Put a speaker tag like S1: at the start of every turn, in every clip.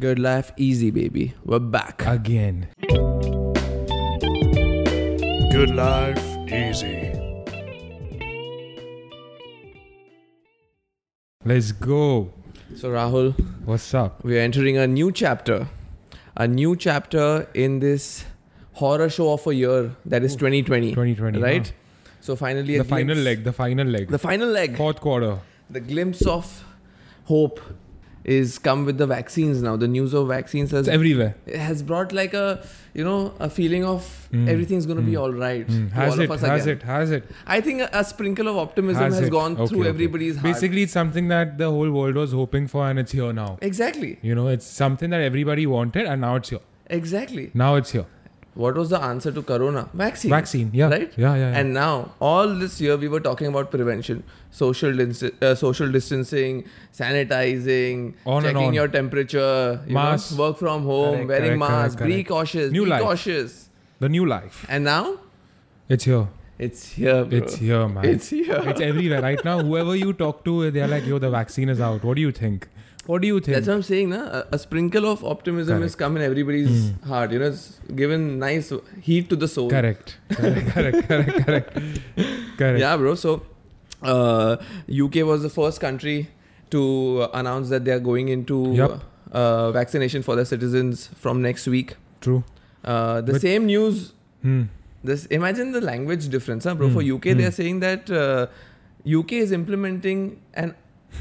S1: Good life, easy, baby. We're back.
S2: Again.
S3: Good life, easy.
S2: Let's go.
S1: So, Rahul,
S2: What's up?
S1: we're entering a new chapter. A new chapter in this horror show of a year that is 2020.
S2: 2020,
S1: Right?
S2: Oh, huh.
S1: So, finally, a
S2: The final
S1: glimpse-
S2: leg. The final leg.
S1: The final leg.
S2: Fourth quarter.
S1: The glimpse of hope is come with the vaccines now. The news of vaccines has
S2: It's everywhere.
S1: it has brought like a you know a feeling of
S2: Mm.
S1: everything's going to be
S2: Mm.
S1: all right
S2: Mm.
S1: to
S2: Has
S1: all
S2: it?
S1: of us
S2: Has
S1: again.
S2: it? Has it?
S1: I think a, a sprinkle of optimism has,
S2: Has it?
S1: gone
S2: Okay,
S1: through
S2: okay.
S1: everybody's heart.
S2: Basically, it's something that the whole world was hoping for, and it's here now.
S1: exactly,
S2: You know, it's something that everybody wanted, and now it's here.
S1: exactly.
S2: Now it's here.
S1: What was the answer to corona? Vaccine.
S2: Vaccine. Yeah.
S1: Right.
S2: Yeah. Yeah. yeah.
S1: And now, all this year, we were talking about prevention, social dis- uh, social distancing, sanitizing,
S2: On and
S1: checking
S2: on.
S1: your temperature, you know,
S2: Mask.
S1: work from home,
S2: Correct,
S1: wearing
S2: correct, correct,
S1: masks, be
S2: correct.
S1: cautious,
S2: New
S1: be
S2: life.
S1: cautious.
S2: the new life.
S1: And now,
S2: It's here.
S1: it's here, bro.
S2: It's here, man.
S1: It's here.
S2: It's everywhere right now. Whoever you talk to, they're like, "Yo, the vaccine is out. What do you think? What do you think?"
S1: That's what I'm saying, na? A, a sprinkle of optimism has come in everybody's heart. You know, it's given nice heat to the soul.
S2: Hmm. correct. correct. Correct. Correct. Correct. Correct.
S1: Yeah, bro. So, uh, UK was the first country to uh, announce that they are going into
S2: Yup.
S1: uh, vaccination for their citizens from next week.
S2: True.
S1: Uh, the
S2: But-
S1: same news.
S2: Hmm.
S1: This imagine the language difference, huh, bro. For
S2: Hmm,
S1: UK, they
S2: hmm.
S1: are saying that uh, UK is implementing an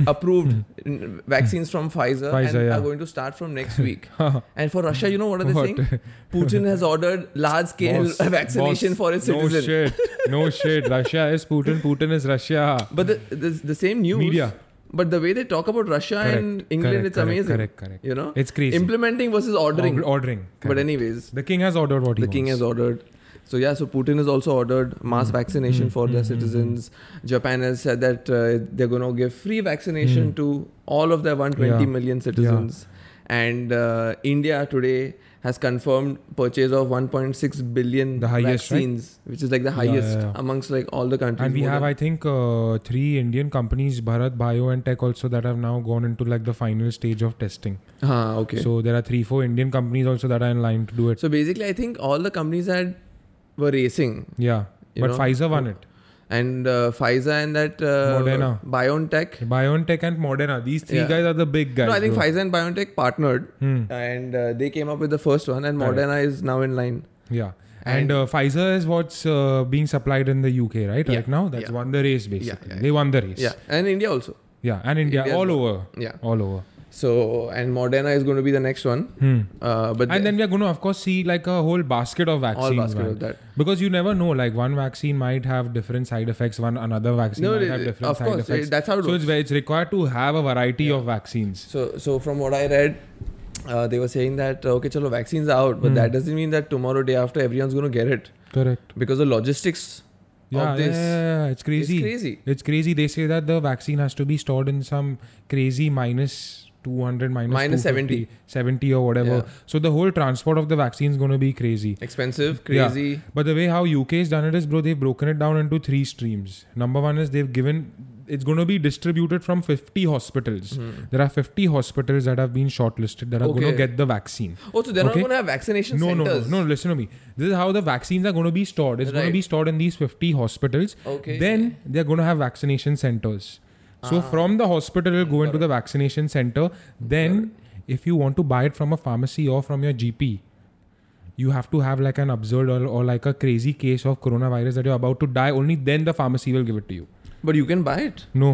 S1: approved n- vaccines from Pfizer, and
S2: Hmm. Pfizer, yeah.
S1: are going to start from next week. And for Russia, you know what are they
S2: What?
S1: saying? Putin has ordered large scale
S2: Boss,
S1: vaccination
S2: boss,
S1: for its
S2: no
S1: citizens.
S2: shit. No shit. Russia is Putin. Putin is Russia.
S1: But the, the the same news.
S2: Media.
S1: But the way they talk about Russia
S2: Correct,
S1: and England,
S2: correct,
S1: it's
S2: correct,
S1: amazing.
S2: Correct. Correct.
S1: You know,
S2: It's crazy.
S1: implementing versus ordering.
S2: Or- ordering.
S1: but
S2: Correct.
S1: anyways,
S2: the king has ordered what he
S1: the king
S2: wants.
S1: has ordered. So yeah, so Putin has also ordered mass vaccination
S2: Mm.
S1: for their
S2: Mm.
S1: citizens. Japan has said that uh, they're going to give free vaccination to all of their 120
S2: Mm-hmm. Yeah.
S1: million citizens. And uh, India today has confirmed purchase of 1.6 billion
S2: The highest, right?
S1: vaccines, which is like the
S2: Yeah,
S1: highest
S2: yeah, yeah.
S1: amongst like all the countries.
S2: And we
S1: more
S2: have,
S1: than-
S2: I think, uh, three Indian companies, Bharat Bio and Tech, also that have now gone into like the final stage of testing.
S1: Ah, okay. So,
S2: So there are three, four Indian companies also that are in line to do it.
S1: basically, I think all the companies had were racing,
S2: Yeah,
S1: You
S2: but
S1: know, Oh.
S2: Pfizer won it. and
S1: and uh, Pfizer and that uh,
S2: Moderna.
S1: BioNTech.
S2: BioNTech and Moderna. These three
S1: Yeah.
S2: guys are the big guys.
S1: no, I think
S2: bro.
S1: Pfizer and BioNTech partnered.
S2: Hmm.
S1: and uh, they came up with the first one and
S2: Correct.
S1: moderna is now in line
S2: Yeah.
S1: And-
S2: And, uh, Pfizer is what's uh, being supplied in the UK, right?
S1: Yeah.
S2: Right now, that's
S1: Yeah.
S2: won the race basically.
S1: yeah,
S2: They won the race.
S1: yeah and india also
S2: Yeah, and India,
S1: India's
S2: all
S1: won.
S2: over,
S1: yeah
S2: all over.
S1: so and moderna is going to be the next one
S2: Hmm.
S1: uh, but
S2: And
S1: the-
S2: then we are going to, of course, see like a whole basket of vaccines,
S1: all basket
S2: man.
S1: of that
S2: because you never know. Like one vaccine might have different side effects. One another vaccine
S1: no
S2: might
S1: it-
S2: have
S1: it-
S2: different
S1: of
S2: side
S1: course
S2: effects.
S1: it- that's how it
S2: so it's
S1: works
S2: ve- it's required to have a variety
S1: Yeah.
S2: of vaccines.
S1: so so from what i read uh, they were saying that uh, okay chalo vaccines are out but
S2: Hmm.
S1: that doesn't mean that tomorrow day after everyone's going to get it
S2: Correct.
S1: because the logistics
S2: Yeah,
S1: of this
S2: yeah, yeah, yeah, it's
S1: is
S2: crazy.
S1: crazy
S2: It's crazy. They say that the vaccine has to be stored in some crazy minus 200, minus,
S1: Minus
S2: 250, 70 or whatever.
S1: Yeah.
S2: So the whole transport of the vaccine is going to be crazy.
S1: expensive
S2: Yeah.
S1: crazy
S2: But the way how UK has done it is, bro, they've broken it down into three streams. Number one is they've given, it's going to be distributed from 50 hospitals.
S1: Hmm.
S2: There are 50 hospitals that have been shortlisted that are going
S1: Okay.
S2: to get the vaccine.
S1: Oh, so they're not
S2: Okay.
S1: going to have vaccination
S2: No, no, no,
S1: centers.
S2: no, listen to me. This is how the vaccines are going to be stored. It's going to
S1: Right.
S2: be stored in these 50 hospitals
S1: Okay. Ah.
S2: then they're going to have vaccination centers so from the hospital it'll go into the vaccination center then if you want to buy it from a pharmacy or from your gp you have to have like an absurd or, or like a crazy case of coronavirus that you're about to die only then the pharmacy will give it to you
S1: But you can buy it.
S2: no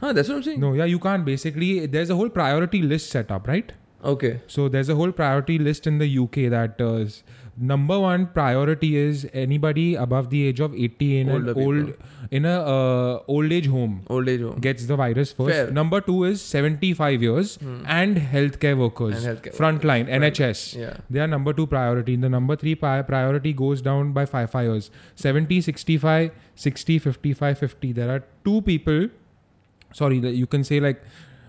S1: Huh, that's what I'm saying.
S2: no yeah you can't basically there's a whole priority list set up right
S1: Okay.
S2: so there's a whole priority list in the UK that uh, is- number one priority is anybody above the age of 80 in
S1: Older
S2: an
S1: people.
S2: old in a uh, old age home
S1: Old age home.
S2: gets the virus first.
S1: Fair. Hmm.
S2: Number two is 75 years and healthcare workers,
S1: And healthcare
S2: frontline NHS.
S1: yeah.
S2: They are number two priority. The number three pri- priority goes down by five, five years 70, 65, 60, 55, 50. There are two people, sorry, that you can say like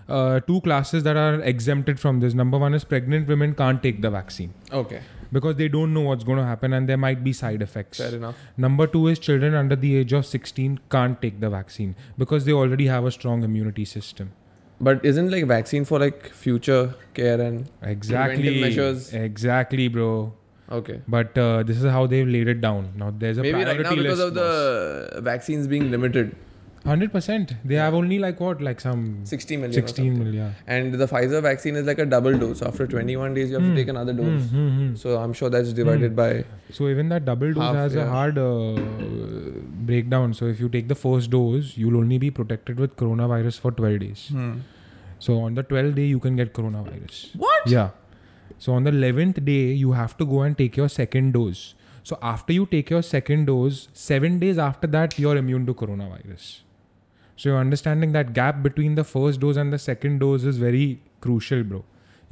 S2: uh, two classes that are exempted from this. Number one is pregnant women can't take the vaccine
S1: Okay.
S2: because they don't know what's going to happen and there might be side effects.
S1: Fair enough.
S2: Number two is children under the age of 16 can't take the vaccine because they already have a strong immunity system.
S1: But isn't like vaccine for like future care and
S2: Exactly.
S1: measures.
S2: Exactly, bro.
S1: okay?
S2: But uh, this is how they've laid it down. Now there's a
S1: Maybe right
S2: priority
S1: now because
S2: list.
S1: of the vaccines being limited,
S2: hundred percent. They have only like what, like some
S1: 60 million. or
S2: sixteen
S1: something.
S2: million.
S1: And the Pfizer vaccine is like a double dose. After 21 days, you have
S2: Hmm.
S1: to take another
S2: yeah.
S1: dose.
S2: Hmm, hmm, hmm.
S1: So I'm sure that's divided by
S2: So even that double dose
S1: Half,
S2: has a
S1: yeah.
S2: hard uh, breakdown. So if you take the first dose, you'll only be protected with coronavirus for twelve days.
S1: Hmm.
S2: So on the twelfth day, you can get coronavirus.
S1: What?
S2: Yeah. So on the eleventh day, you have to go and take your second dose. So after you take your second dose, seven days after that, you're immune to coronavirus. So you're understanding that gap between the first dose and the second dose is very crucial, bro.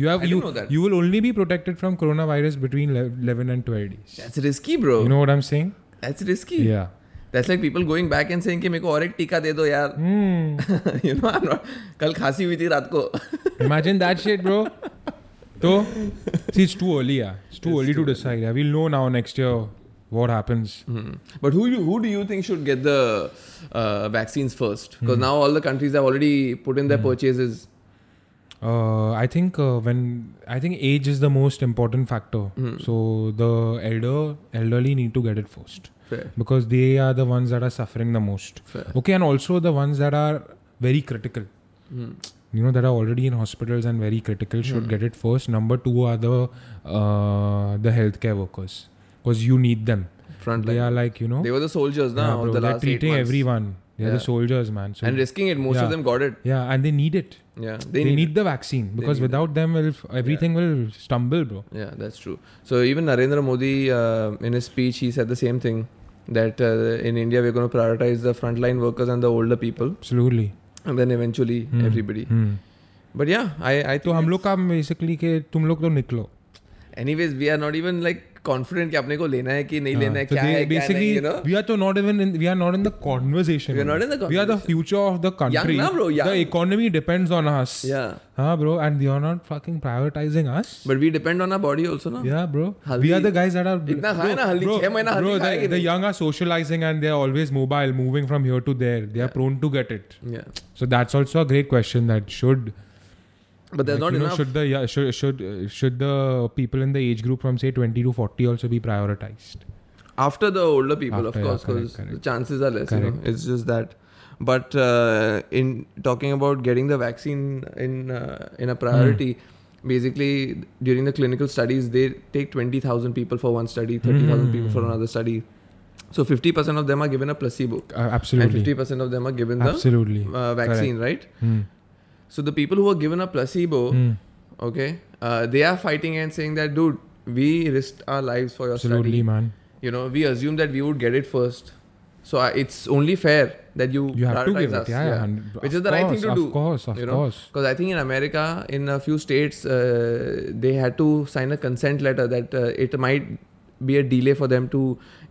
S2: You have
S1: I
S2: you
S1: didn't know that.
S2: you will only be protected from coronavirus between le- eleven and twelve days.
S1: That's risky, bro.
S2: You know what I'm saying?
S1: that's risky.
S2: Yeah.
S1: That's like people going back and saying कि मेरे को और एक टीका दे दो यार.
S2: Hmm.
S1: you know, I'm not, कल खांसी हुई थी रात को.
S2: Imagine that shit, bro. So, see, it's too early, yeah. It's too early Mm-hmm. to decide. Yeah. We'll know now next year what happens.
S1: But who you who do you think should get the uh, vaccines first?
S2: Hmm.
S1: Because now all the countries have already put in their purchases.
S2: Uh, I think uh, when I think age is the most important factor. So the elder elderly need to get it first
S1: Fair.
S2: because they are the ones that are suffering the most.
S1: Fair.
S2: Okay, and also the ones that are very critical. Hmm. You know that are already in hospitals and very critical should get it first. Number two are the uh, the healthcare workers because you need them.
S1: Front
S2: They
S1: line.
S2: are like you know
S1: They were the soldiers
S2: yeah,
S1: now
S2: bro,
S1: of the
S2: they're
S1: last eight
S2: treating
S1: months.
S2: everyone. They're the
S1: Yeah.
S2: soldiers, man. So
S1: and risking it. Most
S2: Yeah.
S1: of them got it.
S2: yeah, and they need it.
S1: Yeah,
S2: They,
S1: they,
S2: need,
S1: need.
S2: the vaccine because
S1: need it.
S2: without them, will everything will stumble, bro.
S1: Yeah, that's true. So even Narendra Modi, uh, in his speech, he said the same thing that uh, in India we're going to prioritize the frontline workers and the older people,
S2: Absolutely.
S1: and then eventually everybody.
S2: Hmm.
S1: But yeah, I I
S2: तो
S1: think.
S2: हम लोग का basically के तुम लोग तो निकलो.
S1: Anyways, we are not even like confident कि अपने को लेना है कि नहीं
S2: हाँ,
S1: लेना है
S2: तो
S1: क्या
S2: they
S1: है क्या
S2: basically
S1: नहीं you know.
S2: we are तो not even in, we are not in the conversation.
S1: We are not in the
S2: We are the future of the country.
S1: na, bro, young.
S2: The economy depends on us.
S1: Yeah,
S2: हाँ, bro, and you are not fucking prioritizing us.
S1: but we depend on our body also na.
S2: Yeah, bro. We
S1: हल्दी-
S2: are the guys that are.
S1: इतना खाए ना हल्दी, छह महीना हल्दी
S2: bro,
S1: खाएंगे
S2: the, the
S1: नहीं।
S2: young are socializing and they are always mobile, moving from here to there. They are prone to get it.
S1: Yeah,
S2: So that's also a great question. That should
S1: but there's
S2: like,
S1: not
S2: you know,
S1: enough.
S2: should the yeah, should should uh, should the people in the age group from say twenty to forty also be prioritized?
S1: after the older people
S2: After,
S1: of
S2: yeah,
S1: course
S2: correct,
S1: because the
S2: correct.
S1: chances are less you know
S2: Correct.
S1: it's just that but uh, in talking about getting the vaccine in uh, in a priority
S2: Hmm.
S1: basically during the clinical studies they take 20000 people for one study 30000 people
S2: Hmm.
S1: for another study so 50% of them are given a placebo
S2: Uh, absolutely,
S1: and 50% of them are given
S2: absolutely.
S1: the uh, vaccine right
S2: Hmm.
S1: so the people who are given a placebo
S2: Hmm.
S1: okay uh, they are fighting and saying that dude we risked our lives for your
S2: Absolutely,
S1: study
S2: man.
S1: you know we assumed that we would get it first so I, it's only fair that you,
S2: You have to
S1: prioritize
S2: give
S1: us
S2: it, yeah, yeah. and-
S1: Which
S2: of
S1: is the right thing
S2: course,
S1: to
S2: of
S1: do,
S2: course, of
S1: you know.
S2: course.
S1: because i think in america in a few states uh, they had to sign a consent letter that uh, it might be a delay for them to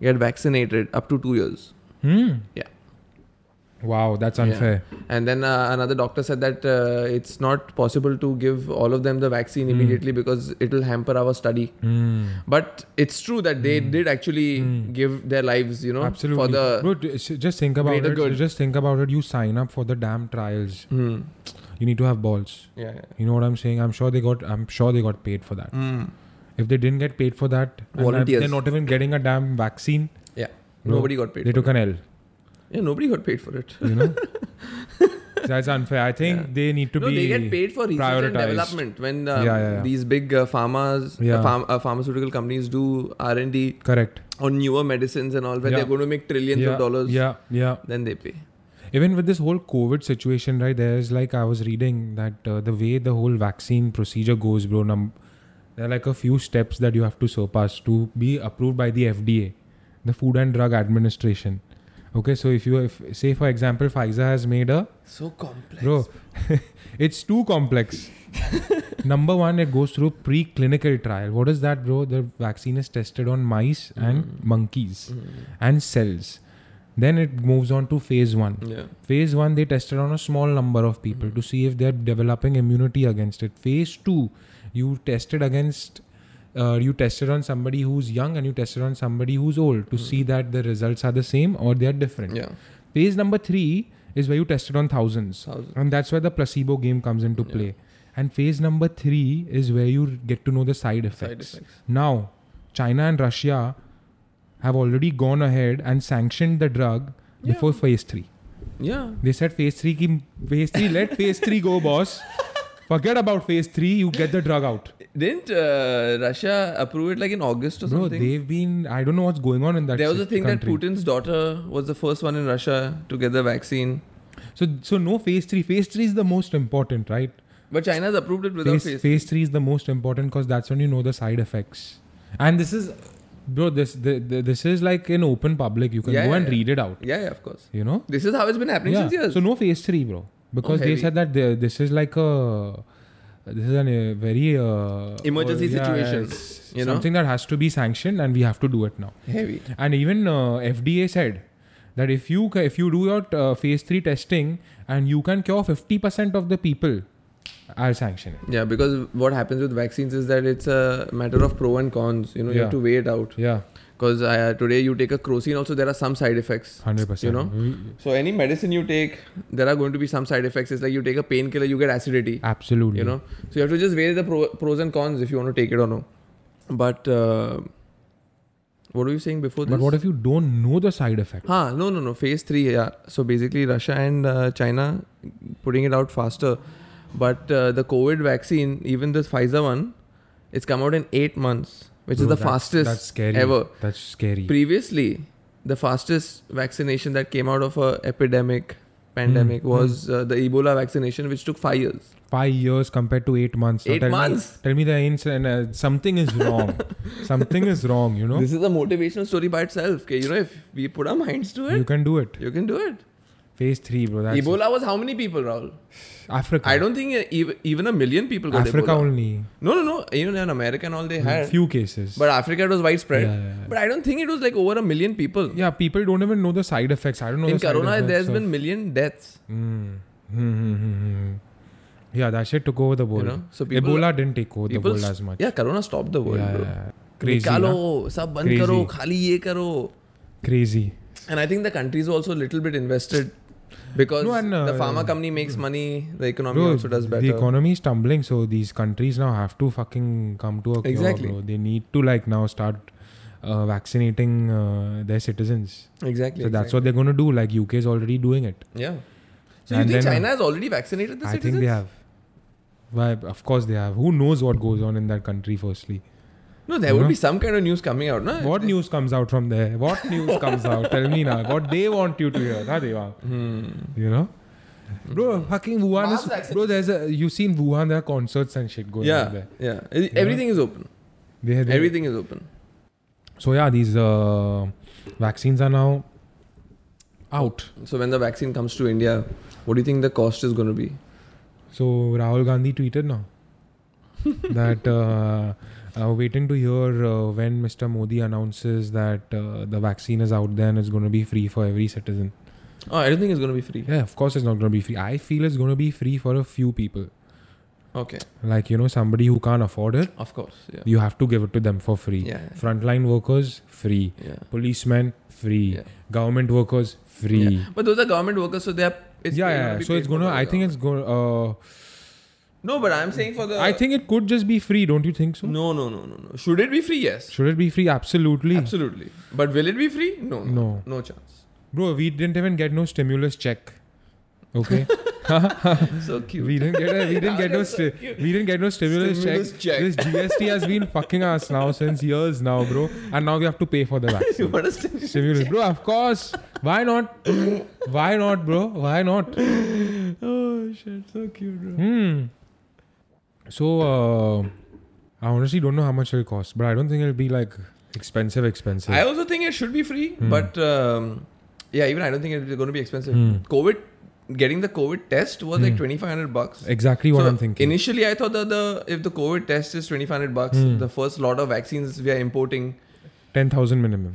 S1: get vaccinated up to 2 years
S2: Hmm.
S1: Yeah.
S2: Wow, that's unfair.
S1: and then uh, another doctor said that uh, it's not possible to give all of them the vaccine immediately because it will hamper our study
S2: Hmm.
S1: but it's true that they did actually give their lives you know
S2: Absolutely.
S1: for the
S2: Bro, d- s- just think about
S1: greater
S2: it.
S1: good.
S2: Just think about it. You sign up for the damn trials.
S1: Hmm.
S2: You need to have balls.
S1: yeah, yeah.
S2: You know what I'm saying? I'm sure they got. I'm sure they got paid for that.
S1: Mm.
S2: If they didn't get paid for that, and
S1: Volunteers.
S2: They're not even getting a damn vaccine.
S1: yeah
S2: Bro,
S1: nobody got paid
S2: They
S1: for
S2: took an L.
S1: Yeah, nobody got paid for it.
S2: You know. That's unfair. I think they need to
S1: no,
S2: be.
S1: they get paid for research and
S2: prioritized.
S1: development when um,
S2: Yeah, yeah, yeah.
S1: these big uh, pharmas,
S2: Yeah.
S1: uh, pharm- uh, pharmaceutical companies do R and D
S2: Correct.
S1: on newer medicines and all, where
S2: Yeah.
S1: they're going to make trillions
S2: yeah,
S1: of dollars.
S2: Yeah, yeah.
S1: Then they pay.
S2: Even with this whole COVID situation, right? There's like I was reading that uh, the way the whole vaccine procedure goes, bro. Num- there are like a few steps that you have to surpass to be approved by the FDA, the Food and Drug Administration. Okay, so if you if, say for example, Pfizer has made a
S1: So complex.
S2: bro it's too complex number one it goes through preclinical trial what is that bro the vaccine is tested on mice and monkeys
S1: Hmm.
S2: and cells then it moves on to phase one
S1: Yeah.
S2: phase one they tested on a small number of people to see if they're developing immunity against it phase two you tested against uh, you tested on somebody who's young and you tested on somebody who's old to see that the results are the same or they're different
S1: Yeah.
S2: Phase number three is where you tested on thousands.
S1: Thousand.
S2: And that's where the placebo game comes into play. And phase number three is where you get to know the side effects.
S1: Side effects.
S2: Now, China and Russia have already gone ahead and sanctioned the drug before phase three.
S1: Yeah.
S2: They said phase three, ki, phase three, let phase three go, boss. Forget about phase three. You get the drug out.
S1: Didn't uh, Russia approve it like in August or
S2: Bro,
S1: something?
S2: they've been. I don't know what's going on in that.
S1: there was a
S2: sit-
S1: thing
S2: country.
S1: that Putin's daughter was the first one in Russia to get the vaccine,
S2: So, so no phase three. Phase three is the most important, right?
S1: but China's approved it without
S2: Phase,
S1: face.
S2: phase three is the most important because that's when you know the side effects. And this is, bro. This the, the, this is like in open public. You can
S1: Yeah,
S2: go
S1: yeah,
S2: and
S1: yeah.
S2: read it out.
S1: Yeah, yeah, of course.
S2: You know.
S1: This is how it's been happening since years.
S2: So no phase three, bro, because they
S1: heavy.
S2: said that the- this is like a this is an, a very uh,
S1: Emergency situation,
S2: it's
S1: you know?
S2: something that has to be sanctioned, and we have to do it now.
S1: Heavy.
S2: And even uh, FDA said that if you ca- if you do your uh, phase three testing and you can cure fifty percent of the people, I'll sanction it.
S1: Yeah, because what happens with vaccines is that it's a matter of pro and cons. You know, you have
S2: Yeah.
S1: to weigh it out.
S2: Yeah,
S1: Because uh, today you take a crocine, also there are some side effects.
S2: hundred percent.
S1: You know? So any medicine you take, there are going to be some side effects. It's like you take a painkiller, you get acidity.
S2: absolutely.
S1: You know, so you have to just weigh the pro- pros and cons if you want to take it or no. But uh, what were you saying before this?
S2: But what if you don't know the side effect?
S1: Huh, no, no, no. Phase three, yeah. So basically, Russia and uh, China putting it out faster. But uh, the COVID vaccine, even the Pfizer one, it's come out in eight months, which is
S2: Bro,
S1: the
S2: that's-
S1: fastest
S2: that's scary.
S1: ever.
S2: That's scary.
S1: Previously, the fastest vaccination that came out of a epidemic pandemic
S2: Hmm,
S1: was uh, the Ebola vaccination, which took five years.
S2: five years compared to eight months. Now
S1: Eight
S2: tell
S1: months?
S2: Me, tell me the incident. Uh, something is wrong. something is wrong. You know,
S1: This is a motivational story by itself. Okay, you know, if we put our minds to it,
S2: you
S1: you,
S2: can do it.
S1: can do it.
S2: Phase three, bro. That's
S1: Ebola was how many people, Rahul?
S2: Africa.
S1: I don't think ev- even a million people got
S2: Africa
S1: Ebola.
S2: only.
S1: No, no, no. Even in America and all they had.
S2: Few cases.
S1: But Africa it was widespread.
S2: Yeah, yeah, yeah.
S1: But I don't think it was like over a million people.
S2: yeah, people don't even know the side effects. I don't know.
S1: In
S2: the side
S1: Corona,
S2: effects
S1: there's
S2: of-
S1: been million deaths.
S2: Mm. Hmm, hmm, hmm, hmm. Yeah, that shit took over the world.
S1: know? So people-
S2: Ebola didn't take over the
S1: People
S2: world
S1: st-
S2: as much.
S1: Yeah, Corona stopped the world,
S2: Yeah,
S1: bro.
S2: yeah. Crazy. huh?
S1: निकालो सब बंद
S2: Crazy.
S1: करो खाली ये करो
S2: Crazy.
S1: and I think the country is also a little bit invested because
S2: No, and, uh,
S1: the pharma company makes money the economy
S2: Bro,
S1: also does better
S2: The economy is tumbling, so these countries now have to fucking come to a cure,
S1: Exactly.
S2: bro. They need to like now start uh, vaccinating uh, their citizens.
S1: exactly
S2: So that's what they're going to do. Like UK is already doing it.
S1: exactly. yeah so you
S2: And
S1: think
S2: then, uh,
S1: China has already vaccinated the
S2: I
S1: citizens
S2: think they have. Why? Of course they have. Who knows what goes on in that country? Firstly,
S1: no there
S2: you
S1: would
S2: know?
S1: be some kind of news coming out no
S2: what news comes out from there? What news comes out? Tell me now. What they want you to hear? Na, Devang? You know. Bro, fucking Wuhan
S1: Hmm. Mass
S2: is. Bro, there's a. You've seen Wuhan, there are concerts and shit going on
S1: yeah
S2: there.
S1: yeah everything is open
S2: They, they,
S1: everything is open
S2: So yeah, these uh, vaccines are now out.
S1: So when the vaccine comes to India, what do you think the cost is going to be?
S2: So Rahul Gandhi tweeted now that uh, uh, waiting to hear uh, when Mr. Modi announces that uh, the vaccine is out there and it's going to be free for every citizen.
S1: Oh, I don't think it's going to be free.
S2: Yeah, of course it's not going to be free. I feel it's going to be free for a few people,
S1: Okay,
S2: like you know somebody who can't afford it.
S1: of course. Yeah,
S2: You have to give it to them for free.
S1: yeah,
S2: Frontline workers free,
S1: yeah.
S2: policemen free,
S1: Yeah.
S2: government workers free.
S1: Yeah. But those are government workers, so they're. It's
S2: yeah,
S1: they're
S2: yeah.
S1: be
S2: So
S1: paid
S2: it's
S1: for
S2: gonna.
S1: by the
S2: I think it's going. Uh,
S1: government. No, but I'm saying for the.
S2: I think it could just be free. Don't you think so?
S1: No, no, no, no, no. Should it be free? Yes.
S2: Should it be free? Absolutely.
S1: Absolutely. But will it be free? No. No.
S2: No.
S1: no chance.
S2: Bro, we didn't even get no stimulus check. Okay,
S1: So cute.
S2: we didn't get a, we didn't get no
S1: That's so
S2: sti- we didn't get no stimulus,
S1: Stimulus check.
S2: This GST has been fucking us now since years now, bro. And now we have to pay for the
S1: you
S2: vaccine.
S1: understand?
S2: stimulus, bro. Of course. Why not? Why not, bro? Why not?
S1: Oh shit! So cute, bro.
S2: Hmm. So uh, I honestly don't know how much it'll cost, but I don't think it'll be like expensive, expensive.
S1: I also think it should be free, but um, yeah, even I don't think it's going to be expensive.
S2: Hmm.
S1: COVID, getting the COVID test was like
S2: Hmm.
S1: 2,500 bucks.
S2: exactly what
S1: So
S2: I'm thinking.
S1: Initially, I thought that the if the COVID test is 2,500 bucks,
S2: Hmm.
S1: the first lot of vaccines we are importing,
S2: Ten thousand minimum.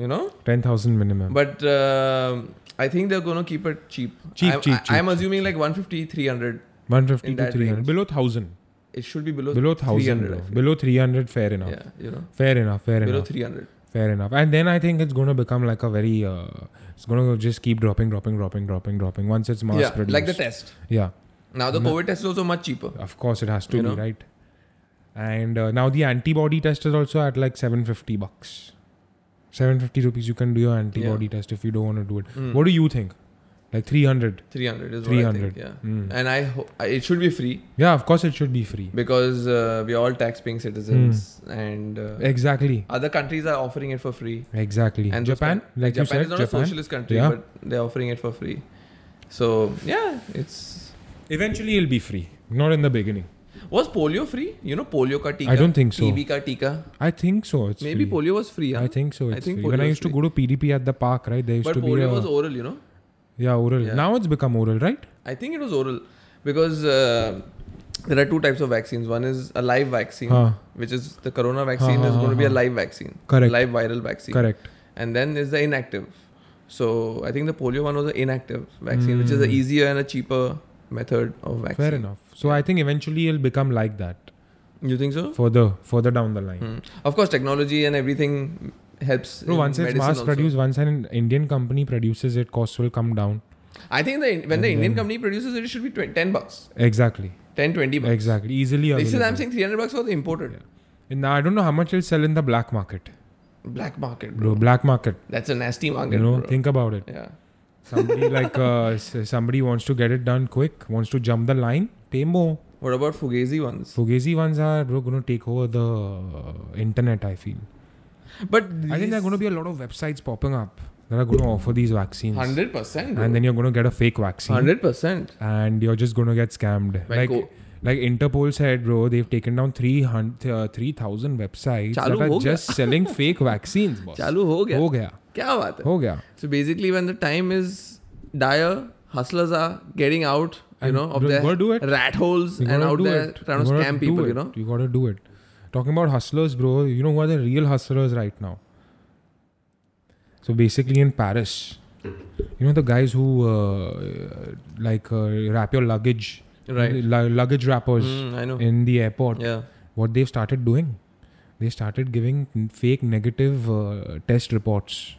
S1: you know.
S2: Ten thousand minimum.
S1: But um I think they're going to keep it cheap.
S2: Cheap,
S1: I'm,
S2: cheap,
S1: I, I'm assuming like 150, 300.
S2: One
S1: in
S2: fifty to
S1: that
S2: three hundred.
S1: range.
S2: Below thousand.
S1: It should be below
S2: Below
S1: 300,
S2: thousand.
S1: I
S2: bro.
S1: feel.
S2: Below three hundred. Fair enough.
S1: Yeah, you know,
S2: Fair enough. Fair
S1: below
S2: enough.
S1: 300.
S2: Fair enough. And then I think it's going to become like a very, uh, it's going to just keep dropping, dropping, dropping, dropping, dropping once it's mass
S1: yeah,
S2: produced.
S1: like the test.
S2: Yeah.
S1: Now the COVID test is also much cheaper.
S2: Of course, it has to
S1: You
S2: be,
S1: know?
S2: right? And uh, now the antibody test is also at like 750 bucks. 750 rupees, you can do your antibody test if you don't want to do it. What do you think? Like 300.
S1: 300 Hmm, is what I
S2: 300.
S1: think. Yeah. Hmm. And I ho- I- it should be free
S2: Yeah, of course, it should be free.
S1: because uh, we're all tax-paying citizens
S2: Hmm.
S1: and uh,
S2: Exactly.
S1: other countries are offering it for free.
S2: Exactly.
S1: And
S2: And
S1: those
S2: Japan, like
S1: Japan
S2: you
S1: is
S2: said,
S1: not
S2: Japan.
S1: a socialist country,
S2: Yeah.
S1: but they're offering it for free. So yeah, it's
S2: Eventually, it'll be free. Not in the beginning.
S1: was polio free? You know polio ka tika.
S2: I don't think so.
S1: TB ka tika.
S2: I think so. It's
S1: Maybe
S2: free.
S1: polio was free. Huh?
S2: I think so.
S1: I
S2: It's
S1: think
S2: free. When I
S1: polio
S2: used to
S1: is
S2: go to PDP at the park, right? There used
S1: But
S2: to be
S1: polio
S2: a,
S1: was oral. You know.
S2: yeah oral.
S1: Yeah.
S2: Now it's become oral, right?
S1: I think it was oral because uh, there are two types of vaccines. One is a live vaccine,
S2: Huh.
S1: which is the corona vaccine
S2: huh,
S1: is going to
S2: huh,
S1: be a
S2: huh.
S1: live vaccine,
S2: Correct.
S1: live viral vaccine,
S2: Correct.
S1: and then is the inactive. So I think the polio one was an inactive vaccine, which is an easier and a cheaper method of vaccine.
S2: Hmm. Fair enough. So I think eventually it'll become like that
S1: You think so?
S2: further further down the line.
S1: Hmm. Of course, technology and everything helps.
S2: Bro,
S1: in
S2: once it's
S1: medicine
S2: mass
S1: also.
S2: produced, once an Indian company produces it, costs will come down.
S1: I think the, when
S2: And
S1: the Indian
S2: then-
S1: company produces it, it should be twen- 10 bucks,
S2: Exactly.
S1: 10, 20 bucks.
S2: Exactly. Easily
S1: This is,
S2: available.
S1: I'm saying 300 bucks for the imported.
S2: And I don't know how much it'll sell in the black market,
S1: Black market, bro.
S2: bro. Black market.
S1: That's a nasty market,
S2: You know,
S1: bro.
S2: think about it.
S1: yeah.
S2: Somebody like uh, s- somebody wants to get it done quick, wants to jump the line. Pay more.
S1: What about Fugazi ones?
S2: Fugazi ones are bro going to take over the uh, internet. I feel.
S1: But
S2: I think there are going to be a lot of websites popping up that are going to offer these vaccines,
S1: hundred percent,
S2: and then you're going to get a fake vaccine,
S1: hundred percent.
S2: and you're just going to get scammed.
S1: Like
S2: Like
S1: co-
S2: like Interpol said, bro, they've taken down 300 uh, 3,000 websites
S1: Chalu
S2: that
S1: ho
S2: are
S1: gaya.
S2: just selling fake vaccines, boss.
S1: चालू हो गया
S2: Ho gaya.
S1: क्या बात है
S2: Ho gaya.
S1: so basically when the time is dire hustlers are getting out you
S2: And
S1: know of
S2: you
S1: their
S2: gotta do it.
S1: rat holes
S2: You
S1: and
S2: gotta
S1: out
S2: do
S1: there
S2: it.
S1: trying to
S2: gotta
S1: scam
S2: do
S1: people
S2: it.
S1: you know
S2: You gotta do it. Talking about hustlers, bro, you know who are the real hustlers right now? So basically in Paris, you know the guys who uh, like uh, wrap your luggage,
S1: right
S2: lu- luggage wrappers
S1: mm, I know
S2: in the airport.
S1: yeah
S2: What they've started doing, they started giving fake negative uh, test reports.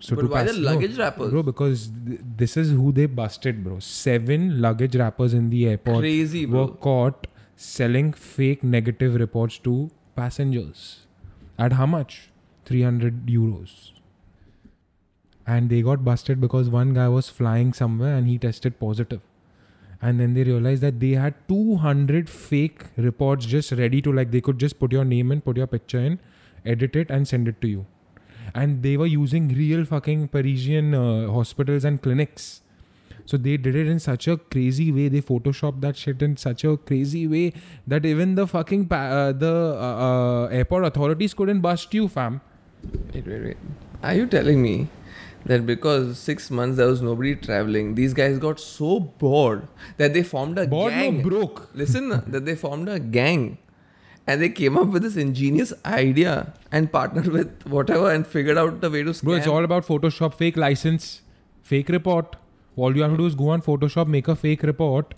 S2: So
S1: but why the
S2: no,
S1: luggage wrappers
S2: Bro, because th- this is who they busted, bro. Seven luggage wrappers in the airport
S1: crazy bro
S2: were caught selling fake negative reports to passengers. At how much? 300 euros. And they got busted because one guy was flying somewhere and he tested positive. And then they realized that they had 200 fake reports just ready to like, they could just put your name in, put your picture in, edit it, and send it to you. And they were using real fucking Parisian uh, hospitals and clinics. So they did it in such a crazy way. They photoshopped that shit in such a crazy way that even the fucking pa- uh, the uh, uh, airport authorities couldn't bust you, fam.
S1: wait wait wait are you telling me that because six months there was nobody traveling these guys got so bored that they formed a
S2: Bored
S1: gang
S2: no broke.
S1: Listen, that they formed a gang and they came up with this ingenious idea and partnered with whatever and figured out the way to scam.
S2: Bro, it's all about Photoshop, fake license, fake report. All you have to do is go on Photoshop, make a fake report.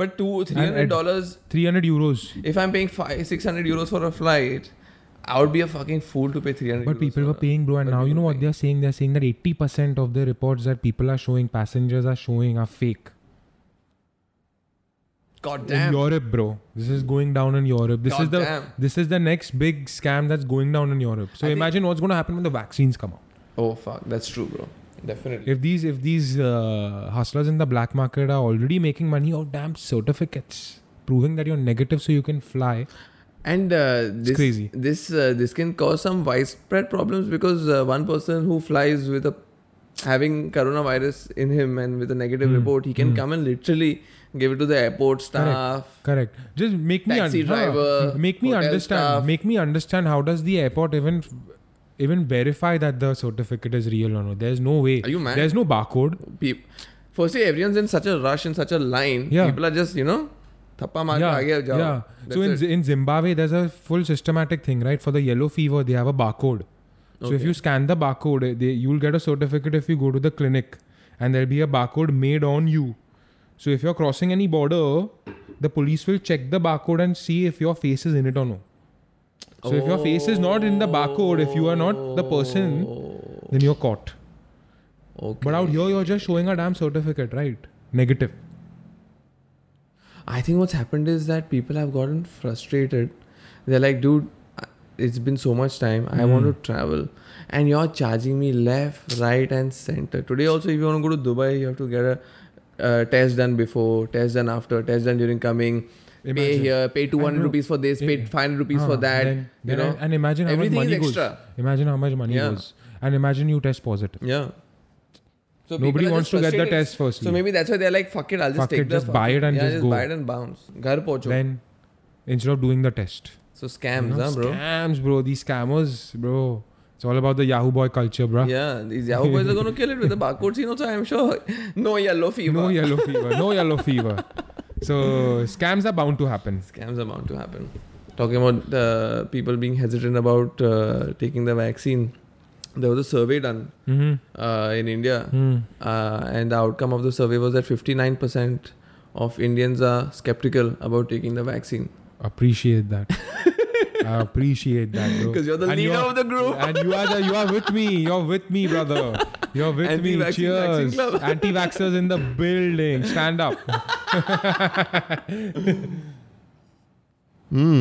S1: but two, three hundred
S2: And-
S1: dollars.
S2: 300 euros.
S1: If I'm paying five, six hundred euros for a flight, I would be a fucking fool to pay three hundred. uh,
S2: But people were paying, bro. And
S1: But
S2: now you
S1: people
S2: know
S1: were
S2: what they're saying? They're saying that 80% of the reports that people are showing, passengers are showing, are fake.
S1: God
S2: in
S1: damn.
S2: Europe, bro. This is going down in Europe. This is the
S1: Goddamn.
S2: this is the next big scam that's going down in Europe. So
S1: I think-
S2: imagine what's going to happen when the vaccines come out.
S1: oh fuck, that's true, bro. Definitely.
S2: If these if these uh, hustlers in the black market are already making money off damn certificates proving that you're negative so you can fly.
S1: And uh, this
S2: crazy.
S1: this uh, this can cause some widespread problems because uh, one person who flies with a having coronavirus in him and with a negative
S2: Hmm.
S1: report, he can come and literally give it to the airport staff.
S2: Correct. Just make
S1: Taxi
S2: me un- huh.
S1: driver,
S2: make me
S1: hotel
S2: understand.
S1: staff.
S2: Make me understand how does the airport even even verify that the certificate is real or not? There's no way.
S1: Are you mad?
S2: There's no barcode.
S1: Peop- Firstly, everyone's in such a rush in such a line.
S2: Yeah.
S1: People are just you know, thappa maar
S2: yeah,
S1: yeah, jao.
S2: yeah.
S1: That's
S2: so in,
S1: it.
S2: Z- in Zimbabwe, there's a full systematic thing, right? For the yellow fever, they have a barcode. So if
S1: Okay.
S2: you scan the barcode, eh, they, you'll get a certificate if you go to the clinic, and there'll be a barcode made on you. So if you're crossing any border, the police will check the barcode and see if your face is in it or no. So if your face is not in the barcode, if you are not the person,
S1: Oh,
S2: then you're caught.
S1: okay.
S2: But out here, you're just showing a damn certificate, right? Negative.
S1: I think what's happened is that people have gotten frustrated. They're like, dude, it's been so much time. I want
S2: Hmm.
S1: to travel. And you're charging me left, right, and center. Today, also, if you want to go to Dubai, you have to get a uh, test done before, test done after, test done during coming. Pay
S2: Imagine.
S1: here, pay 200
S2: know.
S1: rupees for this, pay
S2: Yeah.
S1: 500 rupees
S2: Ah,
S1: for that.
S2: then-
S1: you
S2: then
S1: know?
S2: and imagine how much
S1: Everything
S2: money
S1: is
S2: goes.
S1: extra.
S2: Imagine how much money
S1: Yeah.
S2: goes. And imagine you test positive.
S1: yeah. So people
S2: Nobody
S1: are just
S2: wants to get the
S1: frustrated.
S2: test firstly.
S1: So maybe that's why they're like, fuck it, I'll just
S2: Fuck
S1: take
S2: it,
S1: the
S2: just buy it and
S1: yeah,
S2: just
S1: just
S2: go.
S1: buy it and bounce. Ghar pocho.
S2: then instead of doing the test.
S1: so
S2: You
S1: scams,
S2: know,
S1: huh, bro?
S2: Scams, bro. These scammers, bro. It's all about the Yahoo boy culture, bro.
S1: Yeah, these Yahoo boys are going to kill it with the barcode scene also, I'm sure. No yellow fever.
S2: No yellow fever. No yellow fever. So scams are bound to happen.
S1: Scams are bound to happen. Talking about uh, people being hesitant about uh, taking the vaccine, there was a survey done
S2: Mm-hmm.
S1: uh, in India,
S2: Hmm.
S1: uh, and the outcome of the survey was that 59% of Indians are skeptical about taking the vaccine.
S2: Appreciate that. I appreciate that, bro.
S1: Because you're the
S2: And
S1: leader
S2: you're-
S1: of the group.
S2: and you are the, you are with me. You're with me, brother. You're with me.
S1: Anti-vaccine vaccine
S2: Cheers.
S1: club.
S2: Anti-vaxxers in the building. Stand up.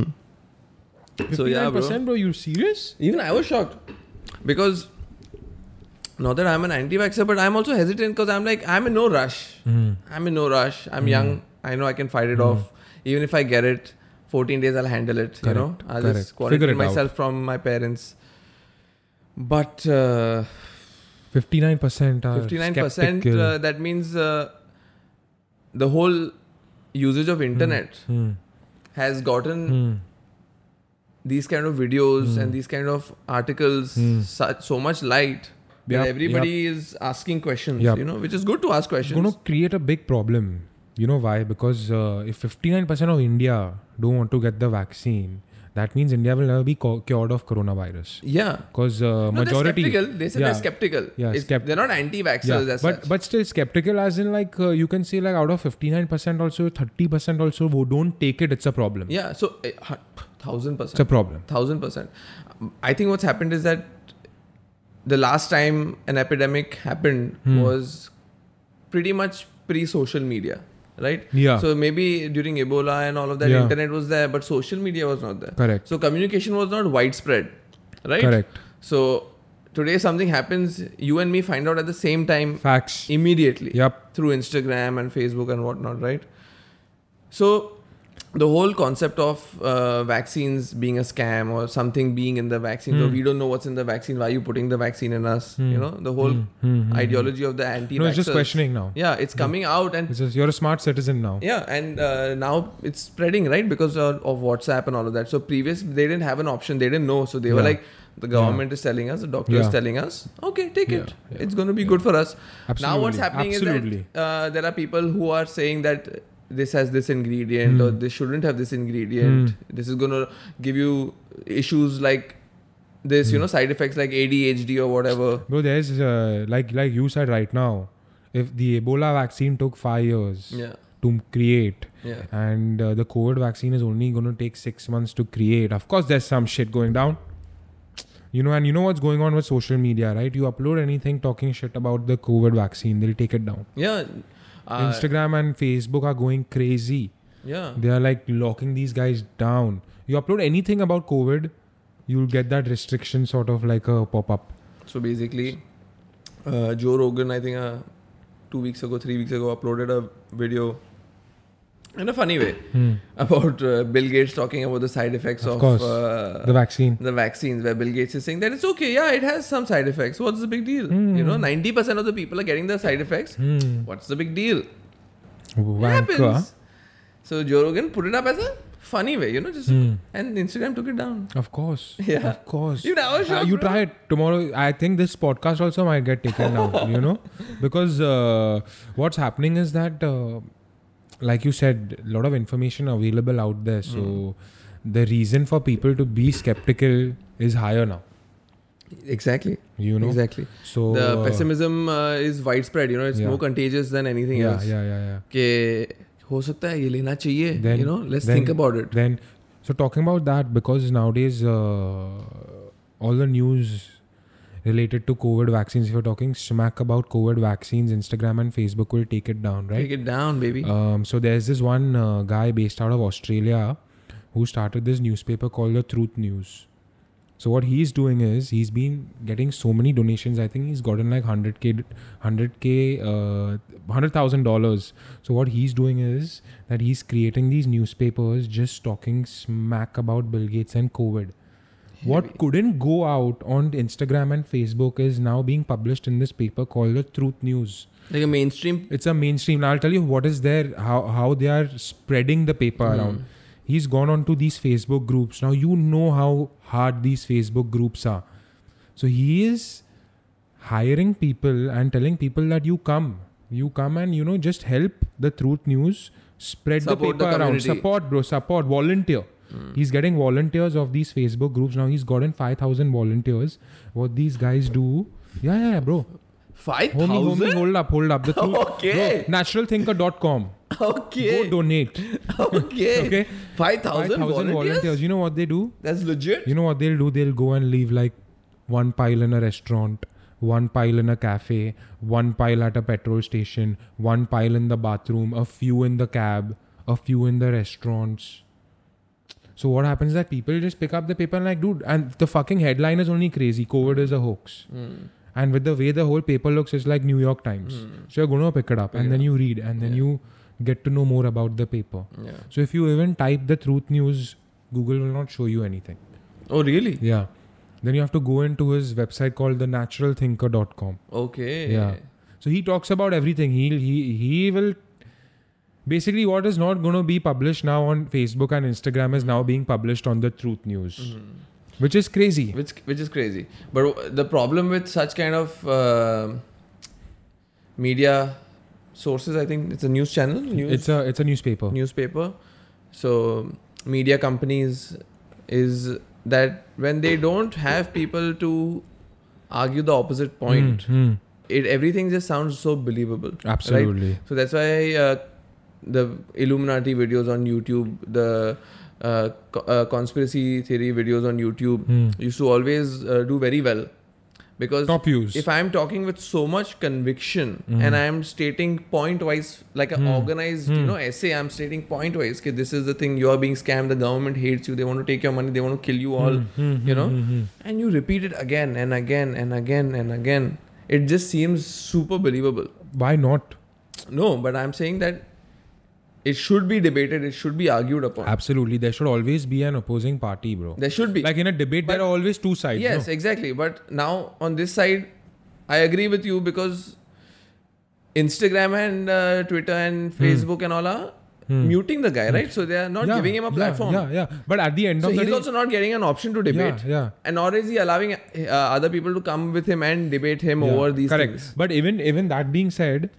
S1: So, yeah, bro.
S2: 59%, bro. You serious?
S1: Even I was shocked because not that I'm an anti-vaxxer, but I'm also hesitant because I'm like I'm in no rush.
S2: Hmm.
S1: I'm in no rush. I'm young. I know I can fight it off. Even if I get it, 14 days I'll handle it. You know,
S2: Correct,
S1: I'll
S2: correct.
S1: just quarantine
S2: Figure it out.
S1: myself from my parents. But uh,
S2: 59% are
S1: 59%
S2: Uh, skeptical.
S1: uh, that means uh, the whole usage of internet
S2: Hmm.
S1: has gotten
S2: Hmm.
S1: these kind of videos and these kind of articles such, so much light that
S2: Hmm. Yep,
S1: everybody is asking questions
S2: Yep.
S1: you know which is good to ask
S2: It's
S1: questions
S2: going to create a big problem. You know why? Because uh, if 59% of India don't want to get the vaccine, that means India will never be co- cured of coronavirus.
S1: yeah
S2: Because uh,
S1: no,
S2: majority.
S1: they're skeptical they said
S2: Yeah.
S1: they're skeptical
S2: Yeah,
S1: It's-
S2: skept-
S1: they're not anti-vaxxers
S2: yeah,
S1: as
S2: but
S1: such.
S2: but still skeptical as in like uh, you can say like out of 59% also 30% also who don't take it it's a problem
S1: yeah so eh, hu- thousand
S2: it's a
S1: percent
S2: problem
S1: thousand percent i think what's happened is that the last time an epidemic happened
S2: Hmm.
S1: was pretty much pre-social media right
S2: yeah
S1: so maybe during ebola and all of that
S2: Yeah.
S1: internet was there but social media was not there
S2: correct
S1: So communication was not widespread, right?
S2: correct
S1: So today something happens, you and me find out at the same time
S2: facts
S1: immediately
S2: yep
S1: through Instagram and Facebook and whatnot, right? So the whole concept of uh, vaccines being a scam or something being in the vaccine,
S2: Hmm.
S1: so we don't know what's in the vaccine. Why are you putting the vaccine in us? You know the
S2: Hmm.
S1: whole ideology of the anti.
S2: no it's just Hmm. questioning now
S1: Yeah, it's coming out and
S2: it's just you're a smart citizen now
S1: yeah and uh, now it's spreading right because uh, of whatsapp and all of that so previous they didn't have an option they didn't know so they were
S2: Yeah.
S1: like the government is telling us the doctor is
S2: Yeah.
S1: telling us okay take
S2: Yeah,
S1: it
S2: yeah,
S1: it's going to be good for us
S2: absolutely
S1: now what's happening
S2: absolutely
S1: is that uh, there are people who are saying that this has this ingredient or
S2: Hmm.
S1: this shouldn't have this ingredient this is going to give you issues like this
S2: Hmm.
S1: you know side effects like adhd or whatever
S2: bro there's uh, like like you said right now if the ebola vaccine took 5 years
S1: yeah
S2: to create
S1: yeah
S2: and uh, the covid vaccine is only going to take 6 months to create of course there's some shit going down you know and you know what's going on with social media right you upload anything talking shit about the covid vaccine they'll take it down
S1: yeah uh,
S2: instagram and facebook are going crazy
S1: yeah
S2: they are like locking these guys down you upload anything about covid you'll get that restriction sort of like a pop up
S1: So basically, uh, Joe Rogan, I think uh, two weeks ago, three weeks ago, uploaded a video in a funny way about uh, Bill Gates talking about the side effects
S2: Hmm. Of
S1: of,
S2: course.
S1: uh,
S2: the vaccine
S1: the vaccines, where Bill Gates is saying that it's okay, yeah, it has some side effects. What's the big deal? You know, 90% of the people are getting the side effects.
S2: Hmm.
S1: What's the big deal? It
S2: Wanker.
S1: happens. So Joe Rogan put it up as a funny way, you know, just
S2: Hmm.
S1: and Instagram took it down.
S2: Of course.
S1: Yeah.
S2: Of course.
S1: You know, I was
S2: Uh,
S1: shocked,
S2: you
S1: bro.
S2: try it tomorrow. I think this podcast also might get taken down. You know, because uh, what's happening is that, uh, like you said, a lot of information available out there. So
S1: Hmm.
S2: the reason for people to be skeptical is higher now.
S1: Exactly.
S2: You know.
S1: Exactly.
S2: So
S1: the
S2: uh,
S1: pessimism uh, is widespread you know it's
S2: Yeah.
S1: more contagious than anything
S2: Yeah,
S1: else
S2: yeah, yeah, yeah.
S1: कि हो सकता है ये लेना चाहिए
S2: Then-
S1: you know let's
S2: then-
S1: think about it
S2: Then, So talking about that, because nowadays uh, all the news related to COVID vaccines, if you're talking smack about COVID vaccines, Instagram and Facebook will take it down, right?
S1: Take it down, baby.
S2: Um, so there's this one uh, guy based out of Australia who started this newspaper called the Truth News. So what he's doing is he's been getting so many donations. I think he's gotten like 100k, 100k, uh, hundred thousand dollars. So what he's doing is that he's creating these newspapers just talking smack about Bill Gates and COVID. What couldn't go out on Instagram and Facebook is now being published in this paper called the Truth News
S1: like a mainstream.
S2: it's a mainstream now i'll tell you what is there how how they are spreading the paper
S1: Hmm.
S2: around he's gone on to these facebook groups now you know how hard these facebook groups are so he is hiring people and telling people that you come you come and you know just help the truth news spread
S1: Support
S2: the
S1: the
S2: paper around
S1: community. Hmm.
S2: support bro support volunteer he's getting volunteers of these facebook groups now he's gotten 5000 volunteers what these guys do yeah yeah, yeah bro
S1: Five
S2: Homie, homie,
S1: thousand.
S2: hold up, hold up. The truth,
S1: Okay.
S2: Bro, naturalthinker.com. Go
S1: Okay.
S2: donate.
S1: okay.
S2: Okay.
S1: Five thousand
S2: 5,000
S1: volunteers?
S2: You know what they do?
S1: That's legit.
S2: You know what they'll do? They'll go and leave like one pile in a restaurant, one pile in a cafe, one pile at a petrol station, one pile in the bathroom, a few in the cab, a few in the restaurants. So what happens is that people just pick up the paper and like, dude, and the fucking headline is only crazy. COVID is a hoax. And with the way the whole paper looks, it's like New York Times. So you're gonna Hmm. pick it up and then you read and then you get to know more about the paper.
S1: Yeah.
S2: So if you even type the truth news, Google will not show you anything.
S1: Oh really?
S2: Yeah. Then you have to go into his website called thenaturalthinker.com.
S1: Okay.
S2: Yeah. So he talks about everything. He he he will basically what is not going to be published now on Facebook and Instagram is now being published on the Truth News, which is crazy.
S1: Mm-hmm. Which which is crazy. But w- the problem with such kind of uh, media sources, I think it's a news channel, news
S2: It's a it's a newspaper.
S1: newspaper. So media companies is that when they don't have people to argue the opposite point,
S2: Hmm,
S1: it everything just sounds so believable.
S2: hmm. Absolutely.
S1: So that's why uh, the Illuminati videos on YouTube, the uh, co- uh, conspiracy theory videos on YouTube
S2: Hmm.
S1: used to always uh, do very well. Because
S2: Top views.
S1: if I'm talking with so much conviction
S2: Mhm.
S1: and I'm stating point wise, like an
S2: Hmm.
S1: organized you
S2: Hmm.
S1: know essay, I'm stating point wise, okay, this is the thing, you are being scammed, the government hates you, they want to take your money, they want to kill you all,
S2: Hmm.
S1: you know? And you repeat it again and again and again and again. It just seems super believable.
S2: Why not?
S1: No, but I'm saying that it should be debated. It should be argued upon.
S2: Absolutely. There should always be an opposing party, bro.
S1: There should be.
S2: Like in a debate, there
S1: But-
S2: are always two sides.
S1: yes,
S2: no?
S1: exactly. But now on this side, I agree with you because Instagram and uh, Twitter and Facebook and all are muting the guy, right? So they are not
S2: Hmm. Yeah,
S1: giving him a
S2: yeah,
S1: platform.
S2: Yeah, yeah. But at the end
S1: So
S2: of the
S1: he's
S2: day,
S1: also not getting an option to debate.
S2: yeah, yeah.
S1: And nor is he allowing uh, other people to come with him and debate him
S2: Yeah,
S1: over these
S2: correct.
S1: things.
S2: But even even that being said,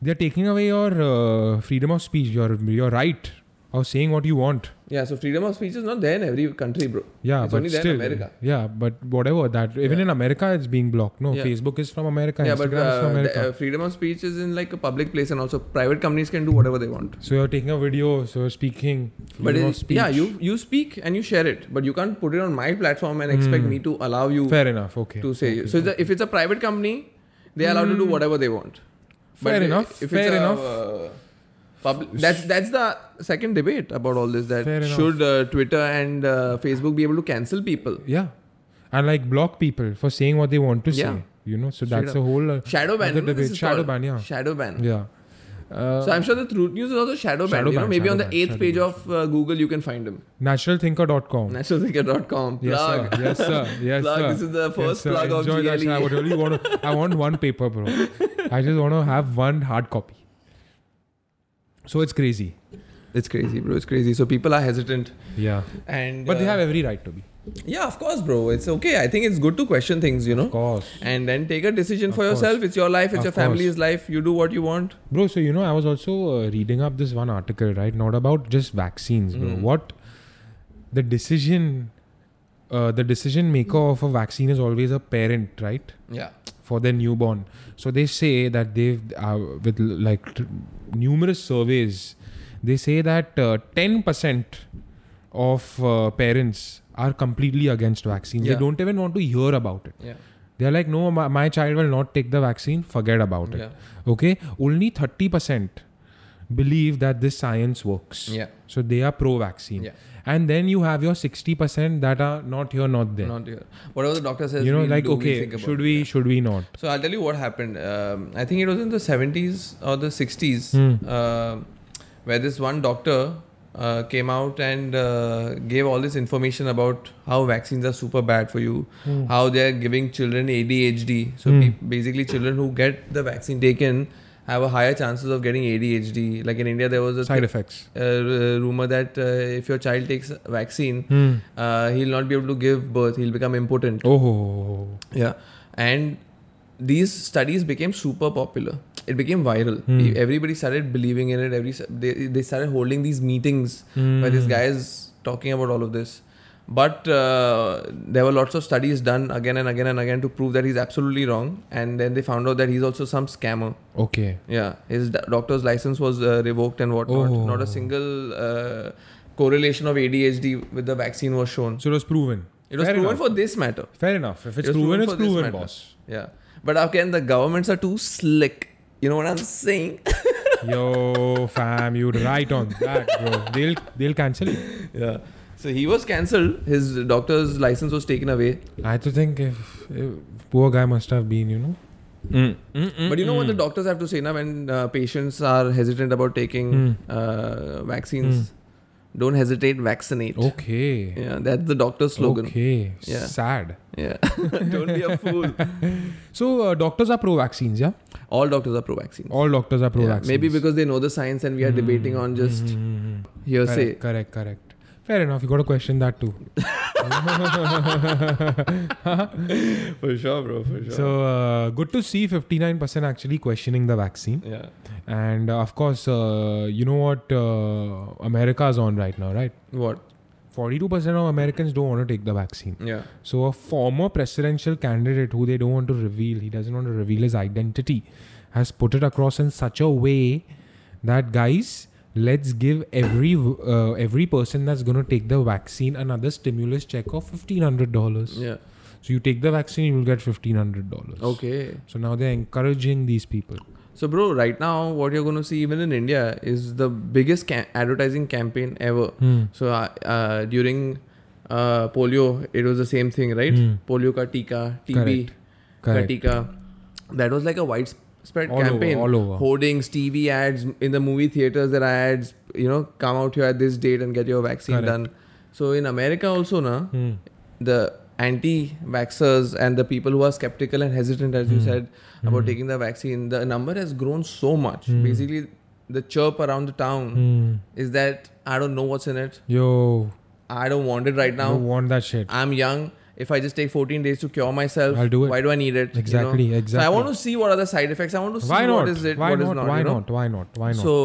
S2: they're taking away your uh, freedom of speech, your your right of saying what you want.
S1: Yeah, so freedom of speech is not there in every country, bro.
S2: Yeah,
S1: It's
S2: but
S1: only there in
S2: still,
S1: America.
S2: yeah, but whatever that even in America it's being blocked. No,
S1: Yeah.
S2: Facebook is from America,
S1: yeah,
S2: Instagram
S1: but
S2: is from
S1: uh,
S2: America.
S1: the, uh, freedom of speech is in like a public place, and also private companies can do whatever they want.
S2: so you're taking a video, so you're speaking freedom
S1: but
S2: of
S1: it,
S2: speech.
S1: yeah, you you speak and you share it, but you can't put it on my platform and expect me to allow you
S2: Hmm. fair enough. Okay,
S1: to say.
S2: okay. Hmm.
S1: so the, if it's a private company, they're allowed to do whatever they want.
S2: Fair enough,
S1: If
S2: fair
S1: it's
S2: enough.
S1: A, uh, public, that's that's the second debate about all this. That
S2: Fair enough.
S1: should uh, Twitter and uh, Facebook be able to cancel people?
S2: yeah, and like block people for saying what they want to
S1: Yeah.
S2: say. You know, so
S1: Straight
S2: that's
S1: up.
S2: a whole uh,
S1: Shadow ban.
S2: other
S1: no, this
S2: debate.
S1: is
S2: Shadow
S1: called.
S2: ban, yeah,
S1: Shadow ban.
S2: yeah. Uh,
S1: So I'm sure the Truth News is also shadow banned.
S2: Shadow
S1: you know,
S2: banned,
S1: maybe
S2: shadow
S1: on the
S2: banned,
S1: eighth
S2: shadow
S1: page of uh, Google you can find him.
S2: naturalthinker.com.
S1: Naturalthinker.com. Plug.
S2: Yes, sir. Yes, sir. Yes,
S1: Plug.
S2: sir.
S1: This is the first
S2: sir.
S1: plug of E.
S2: Enjoy that,
S1: GLE.
S2: sir. I would really want to. I want one paper, bro. I just want to have one hard copy. So it's crazy.
S1: It's crazy, bro. It's crazy. So people are hesitant,
S2: Yeah.
S1: and
S2: But they
S1: uh,
S2: have every right to be.
S1: yeah, of course, bro. It's okay. I think it's good to question things, you
S2: Of
S1: know,
S2: course.
S1: and then take a decision
S2: Of
S1: for
S2: course.
S1: yourself. It's your life. It's
S2: Of
S1: your family's life. You do what you want.
S2: Bro, so you know, I was also uh, reading up this one article, right? Not about just vaccines, bro.
S1: Mm.
S2: What the decision. Uh, the decision maker of a vaccine is always a parent, right?
S1: Yeah.
S2: for their newborn. So they say that they've uh, with l- like t- numerous surveys, they say that ten uh, percent of uh, parents are completely against vaccines. They
S1: Yeah.
S2: don't even want to hear about it.
S1: Yeah.
S2: They're like, no, my, my child will not take the vaccine. Forget about it.
S1: Yeah.
S2: Okay. Only 30% believe that this science works.
S1: Yeah.
S2: So they are pro vaccine.
S1: Yeah.
S2: And then you have your 60% that are not here, not there.
S1: Not here. Whatever the doctor says,
S2: you know,
S1: we'll
S2: like,
S1: do, we'll
S2: okay,
S1: think about
S2: should
S1: it.
S2: we, should we not?
S1: So I'll tell you what happened. Um, I think it was in the 70s or the 60s
S2: Hmm.
S1: um, where this one doctor uh, came out and uh, gave all this information about how vaccines are super bad for you,
S2: Hmm.
S1: how they're giving children ADHD. So peop basically, children who get the vaccine taken have a higher chances of getting ADHD. Like in India, there was a
S2: Side effects.
S1: uh, r- rumor that uh, if your child takes vaccine,
S2: Hmm.
S1: uh, he'll not be able to give birth. He'll become impotent.
S2: Oh,
S1: Yeah. And these studies became super popular. It became viral.
S2: Hmm.
S1: E- Everybody started believing in it. Every they, they started holding these meetings
S2: Hmm.
S1: where this guy is talking about all of this. But uh, there were lots of studies done again and again and again to prove that he's absolutely wrong. And then they found out that he's also some scammer.
S2: okay.
S1: Yeah, his do- doctor's license was uh, revoked and whatnot.
S2: Oh.
S1: Not a single uh, correlation of ADHD with the vaccine was shown.
S2: So it was proven.
S1: It was
S2: Fair
S1: proven
S2: enough.
S1: for this matter.
S2: Fair enough. If it's
S1: It was
S2: proven,
S1: proven
S2: it's
S1: for this
S2: proven,
S1: matter.
S2: boss.
S1: Yeah. But again, the governments are too slick. You know what I'm saying?
S2: Yo, fam, you're right on that, bro. They'll they'll cancel it.
S1: yeah. So he was cancelled. His doctor's license was taken away.
S2: I to think if, if poor guy must have been, you know. Mm.
S1: But you know what the doctors have to say now when uh, patients are hesitant about taking uh, vaccines? Don't hesitate, vaccinate.
S2: Okay.
S1: Yeah, that's the doctor's slogan.
S2: Okay.
S1: Yeah.
S2: Sad.
S1: Yeah. Don't be a fool.
S2: So uh, doctors are pro vaccines, yeah.
S1: All Hmm. doctors are pro vaccine.
S2: All doctors are pro
S1: Yeah,
S2: vaccines.
S1: maybe because they know the science and we are debating on just hearsay.
S2: Mm-hmm, correct, correct, correct. Fair enough. You got to question that too.
S1: For sure, bro. For
S2: So uh, good to see 59% actually questioning the vaccine.
S1: yeah.
S2: And uh, of course, uh, you know what uh, America is on right now, right?
S1: What?
S2: 42% of Americans don't want to take the vaccine.
S1: Yeah.
S2: So a former presidential candidate who they don't want to reveal, he doesn't want to reveal his identity, has put it across in such a way that guys, let's give every uh, every person that's going to take the vaccine another stimulus check of fifteen hundred dollars.
S1: Yeah.
S2: So you take the vaccine, you will get fifteen hundred dollars.
S1: Okay.
S2: So now they're encouraging these people.
S1: So, bro, right now, what you're going to see, even in India, is the biggest ca- advertising campaign ever.
S2: Hmm.
S1: So, uh, uh, during uh, polio, it was the same thing, right? Polio ka tika, TB
S2: Hmm. Correct.
S1: ka
S2: Correct.
S1: tika. That was like a widespread
S2: All over,
S1: campaign.
S2: all over.
S1: Hoardings, TV ads in the movie theaters. There are ads, you know, come out here at this date and get your vaccine
S2: Correct.
S1: done. So, in America also, na,
S2: Hmm.
S1: the anti-vaxxers and the people who are skeptical and hesitant as
S2: Hmm.
S1: you said about taking the vaccine the number has grown so much basically the chirp around the town
S2: Hmm.
S1: is that i don't know what's in it
S2: Yo,
S1: i don't want it right now
S2: you want that shit?
S1: i'm young if i just take 14 days to cure myself
S2: I'll do it.
S1: why do i need it you know?
S2: Exactly,
S1: so i
S2: exactly.
S1: want to see what are the side effects i want to see
S2: Why not?
S1: what is it
S2: Why
S1: what is
S2: not?
S1: not
S2: Why
S1: you know?
S2: not? Why not? Why not?
S1: so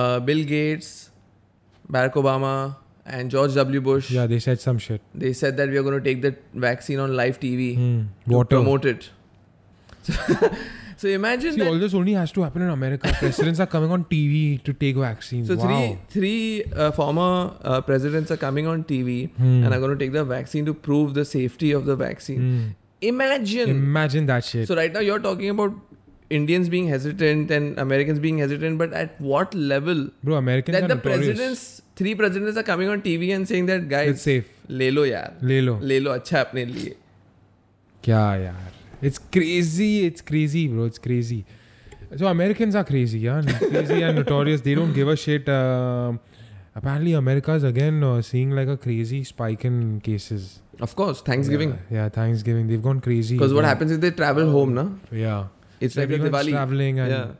S1: uh, bill gates barack obama and george w bush
S2: yeah, they said some shit.
S1: they said that we are going to take the vaccine on live tv
S2: Hmm.
S1: to
S2: Water.
S1: promote it. so imagine
S2: See,
S1: that.
S2: all this only has to happen in America. Presidents are coming on TV to take vaccines.
S1: so
S2: wow.
S1: three three uh, former uh, presidents are coming on TV
S2: Hmm.
S1: and are going to take the vaccine to prove the safety of the vaccine.
S2: Hmm.
S1: Imagine.
S2: Imagine that shit.
S1: so right now you're talking about Indians being hesitant and Americans being hesitant, but at what level
S2: Bro, Americans
S1: that
S2: are
S1: the
S2: notorious.
S1: presidents, three presidents are coming on TV and saying that
S2: It's
S1: guys,
S2: safe.
S1: ले लो यार,
S2: ले लो
S1: ले लो अच्छा अपने लिए.
S2: क्या यार It's crazy. It's crazy, bro. It's crazy. So Americans are crazy, yeah. Crazy and notorious. They don't give a shit. Um apparently, America's again uh, seeing like a crazy spike in cases.
S1: Of course, Thanksgiving.
S2: Yeah, yeah, Thanksgiving. They've gone crazy.
S1: Because what
S2: Yeah.
S1: happens is they travel home, na?
S2: Yeah.
S1: It's like the
S2: Everyone's
S1: Diwali.
S2: traveling and
S1: Yeah.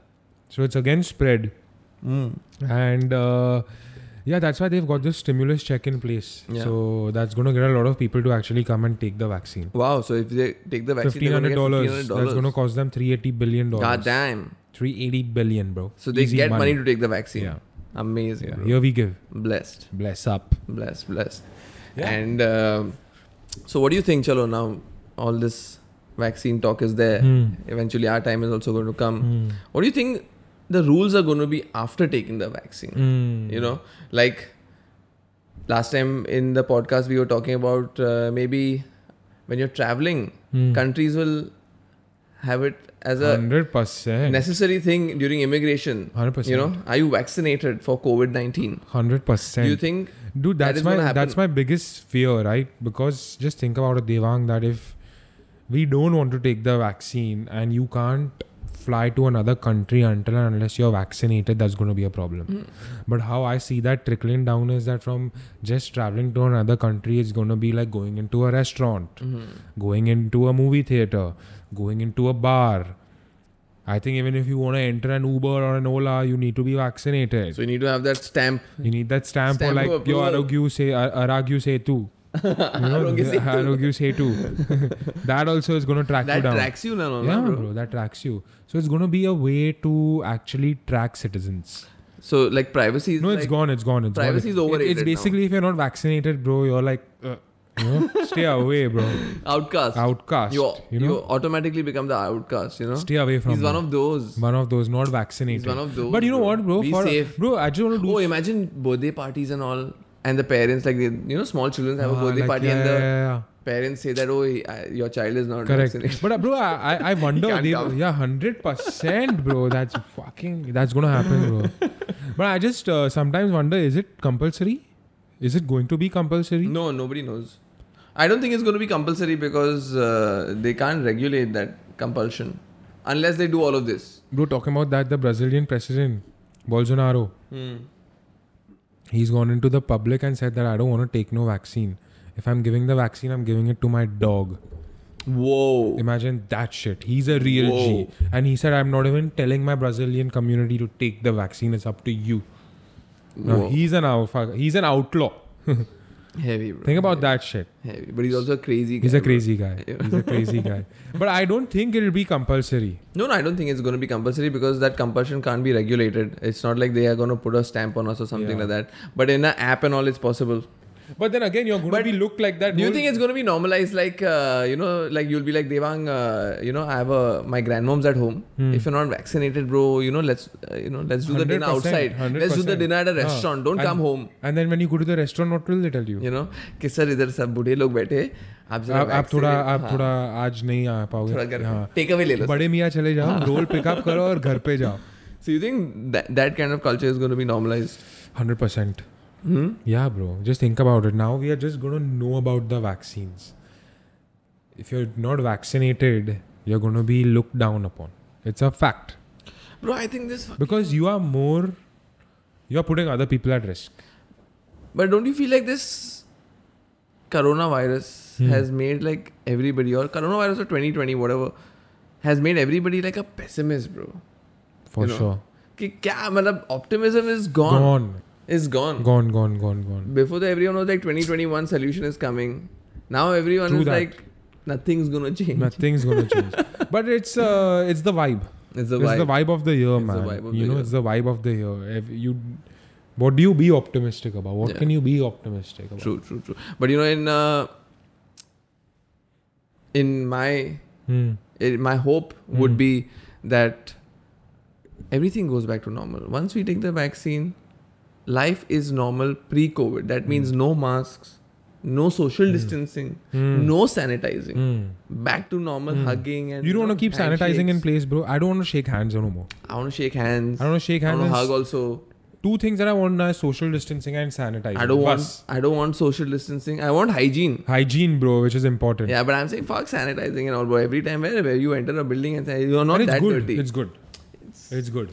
S2: so it's again spread.
S1: Mm.
S2: and uh, yeah that's why they've got this stimulus check in place
S1: Yeah.
S2: so that's going to get a lot of people to actually come and take the vaccine
S1: Wow, so if they take the vaccine, they're gonna
S2: $1500
S1: get
S2: that's going to
S1: $1,500.
S2: cost them 380 billion
S1: God
S2: dollars
S1: damn.
S2: 380 billion bro
S1: So they
S2: Easy
S1: get money. to take the vaccine.
S2: yeah,
S1: Amazing.
S2: yeah.
S1: bro.
S2: here we give
S1: Blessed.
S2: bless up
S1: Blessed. Blessed.
S2: Yeah.
S1: And um, so what do you think, Chalo, now all this vaccine talk is there.
S2: Hmm.
S1: Eventually our time is also going to come.
S2: Mm.
S1: What do you think
S2: Hmm.
S1: the rules are going to be after taking the vaccine?
S2: Mm.
S1: You know, like last time in the podcast we were talking about uh, maybe when you're traveling
S2: Hmm.
S1: countries will have it as a
S2: Hundred percent.
S1: necessary thing during immigration
S2: Um, Hundred percent.
S1: you know are you vaccinated for covid-19 do
S2: Hundred
S1: you
S2: percent.
S1: think
S2: Dude,
S1: that
S2: that's
S1: is
S2: my
S1: gonna happen?
S2: that's my biggest fear, right? Because just think about it, Devang, that if we don't want to take the vaccine and you can't fly to another country until and unless you're vaccinated, that's going to be a problem.
S1: Hmm.
S2: But how I see that trickling down is that from just traveling to another country, it's going to be like going into a restaurant,
S1: Hmm.
S2: going into a movie theater, going into a bar. I think even if you want to enter an Uber or an Ola, you need to be vaccinated.
S1: so you need to have that stamp
S2: You need that stamp,
S1: Stamp
S2: or like
S1: of
S2: your
S1: approval.
S2: Arogyu say Ar- Aragyu say too.
S1: Arogyu Setu.
S2: Arogyu say too. that also is going to track you
S1: that
S2: down.
S1: tracks you no, no, no,
S2: yeah,
S1: bro.
S2: bro. that tracks you. So it's going to be a way to actually track citizens.
S1: so like privacy is
S2: no,
S1: like,
S2: it's gone. It's gone. It's gone.
S1: Privacy is
S2: It-
S1: overrated
S2: It's
S1: now.
S2: basically if you're not vaccinated, bro, you're like, uh, you know, stay away, bro.
S1: outcast
S2: Outcast.
S1: you,
S2: you
S1: you,
S2: know,
S1: automatically become the outcast you know
S2: stay away from.
S1: he's one
S2: her.
S1: of those
S2: one of those not vaccinated.
S1: He's one of those,
S2: But you know
S1: bro.
S2: what, bro?
S1: Be
S2: For,
S1: safe.
S2: Bro, I just want to do.
S1: oh imagine birthday parties and all and the parents like they, you know small children have a
S2: Ah,
S1: birthday
S2: like,
S1: party
S2: yeah,
S1: and the
S2: yeah, yeah.
S1: parents say that oh he- I- your child is not
S2: correct
S1: vaccinated
S2: but uh, bro i, I- I wonder
S1: can't
S2: they,
S1: come.
S2: yeah 100% bro that's fucking that's gonna happen bro but i just uh, sometimes wonder is it compulsory is it going to be compulsory
S1: no nobody knows i don't think it's going to be compulsory because uh, they can't regulate that compulsion unless they do all of this
S2: bro talking about that the brazilian president bolsonaro
S1: Hmm.
S2: he's gone into the public and said that i don't want to take no vaccine if i'm giving the vaccine i'm giving it to my dog
S1: whoa
S2: Imagine that shit. He's a real G.
S1: Whoa.
S2: And he said, I'm not even telling my Brazilian community to take the vaccine. It's up to you. Now,
S1: Whoa.
S2: he's an alpha. He's an outlaw.
S1: heavy bro
S2: Think about that shit.
S1: heavy but he's also a crazy guy
S2: He's a
S1: bro.
S2: crazy guy. He's a crazy guy. But I don't think it'll be compulsory.
S1: No, no, I don't think it's going to be compulsory because that compulsion can't be regulated. It's not like they are going to put a stamp on us or something
S2: Yeah.
S1: like that. But in an app and all, it's possible.
S2: But then again, you're going to
S1: But
S2: be looked like that.
S1: Do you
S2: whole-
S1: think it's going to be normalized? Like, uh, you know, like you'll be like Devang. Uh, you know, I have a my grandmom's at home.
S2: Hmm.
S1: If you're not vaccinated, bro, you know, let's uh, you know, let's do the dinner
S2: 100%,
S1: outside. Let's do the
S2: 100%.
S1: dinner at a
S2: Huh.
S1: restaurant. Don't
S2: And-
S1: come home.
S2: And then when you go to the restaurant, what will they tell you?
S1: You know, कि sir इधर सब बूढ़े लोग बैठे हैं, आप जरा
S2: आप आप थोड़ा
S1: vaccinate-
S2: आप
S1: हाँ,
S2: थोड़ा आज नहीं आ
S1: थोड़ा
S2: पाओगे
S1: घर हाँ।
S2: हाँ
S1: टेक अवे ले लो
S2: बड़े मियाँ चले जाओ रोल पिकअप करो और घर पे जाओ
S1: so you think that that kind of culture is going to be normalised
S2: Hundred percent.
S1: Hmm?
S2: Yeah, bro. Just think about it. Now we are just gonna know about the vaccines. If you're not vaccinated, you're gonna be looked down upon. It's a fact
S1: bro i think this
S2: because you are more. You're putting other people at risk.
S1: But don't you feel like this coronavirus
S2: Hmm.
S1: has made like everybody or coronavirus or 2020 whatever has made everybody like a pessimist, bro?
S2: For
S1: You know,
S2: sure.
S1: कि क्या मतलब optimism is gone,
S2: Gone.
S1: is gone.
S2: Gone. Gone. Gone. Gone.
S1: Before that, everyone was like 2021 solution is coming. Now everyone
S2: True
S1: is
S2: that.
S1: like nothing's gonna change.
S2: Nothing's gonna change. But it's uh, it's the vibe.
S1: It's the
S2: it's
S1: vibe.
S2: the vibe of the year,
S1: It's the
S2: man.
S1: vibe of
S2: you
S1: the
S2: know,
S1: year.
S2: it's the vibe of the year. If you, what do you be optimistic about? What
S1: Yeah.
S2: can you be optimistic about?
S1: True, true, true. But you know, in uh, in my
S2: Hmm.
S1: it, my hope would be that everything goes back to normal once we take the vaccine life is normal pre covid that
S2: Hmm.
S1: means no masks no social distancing no sanitizing
S2: Hmm.
S1: back to normal hugging and
S2: You don't want to keep sanitizing in
S1: handshakes.
S2: place, bro. I don't want to shake hands no more.
S1: i want to shake hands
S2: I don't want to shake
S1: I
S2: hands.
S1: want to hug
S2: and s-
S1: also
S2: Two things that I want are social distancing and sanitizing.
S1: i don't
S2: Bas.
S1: want i don't want social distancing i want hygiene
S2: hygiene, bro, which is important.
S1: yeah but i'm saying fuck sanitizing and all but every time wherever you enter a building and say you're not
S2: and it's
S1: that
S2: good.
S1: dirty
S2: It's good. It's, good.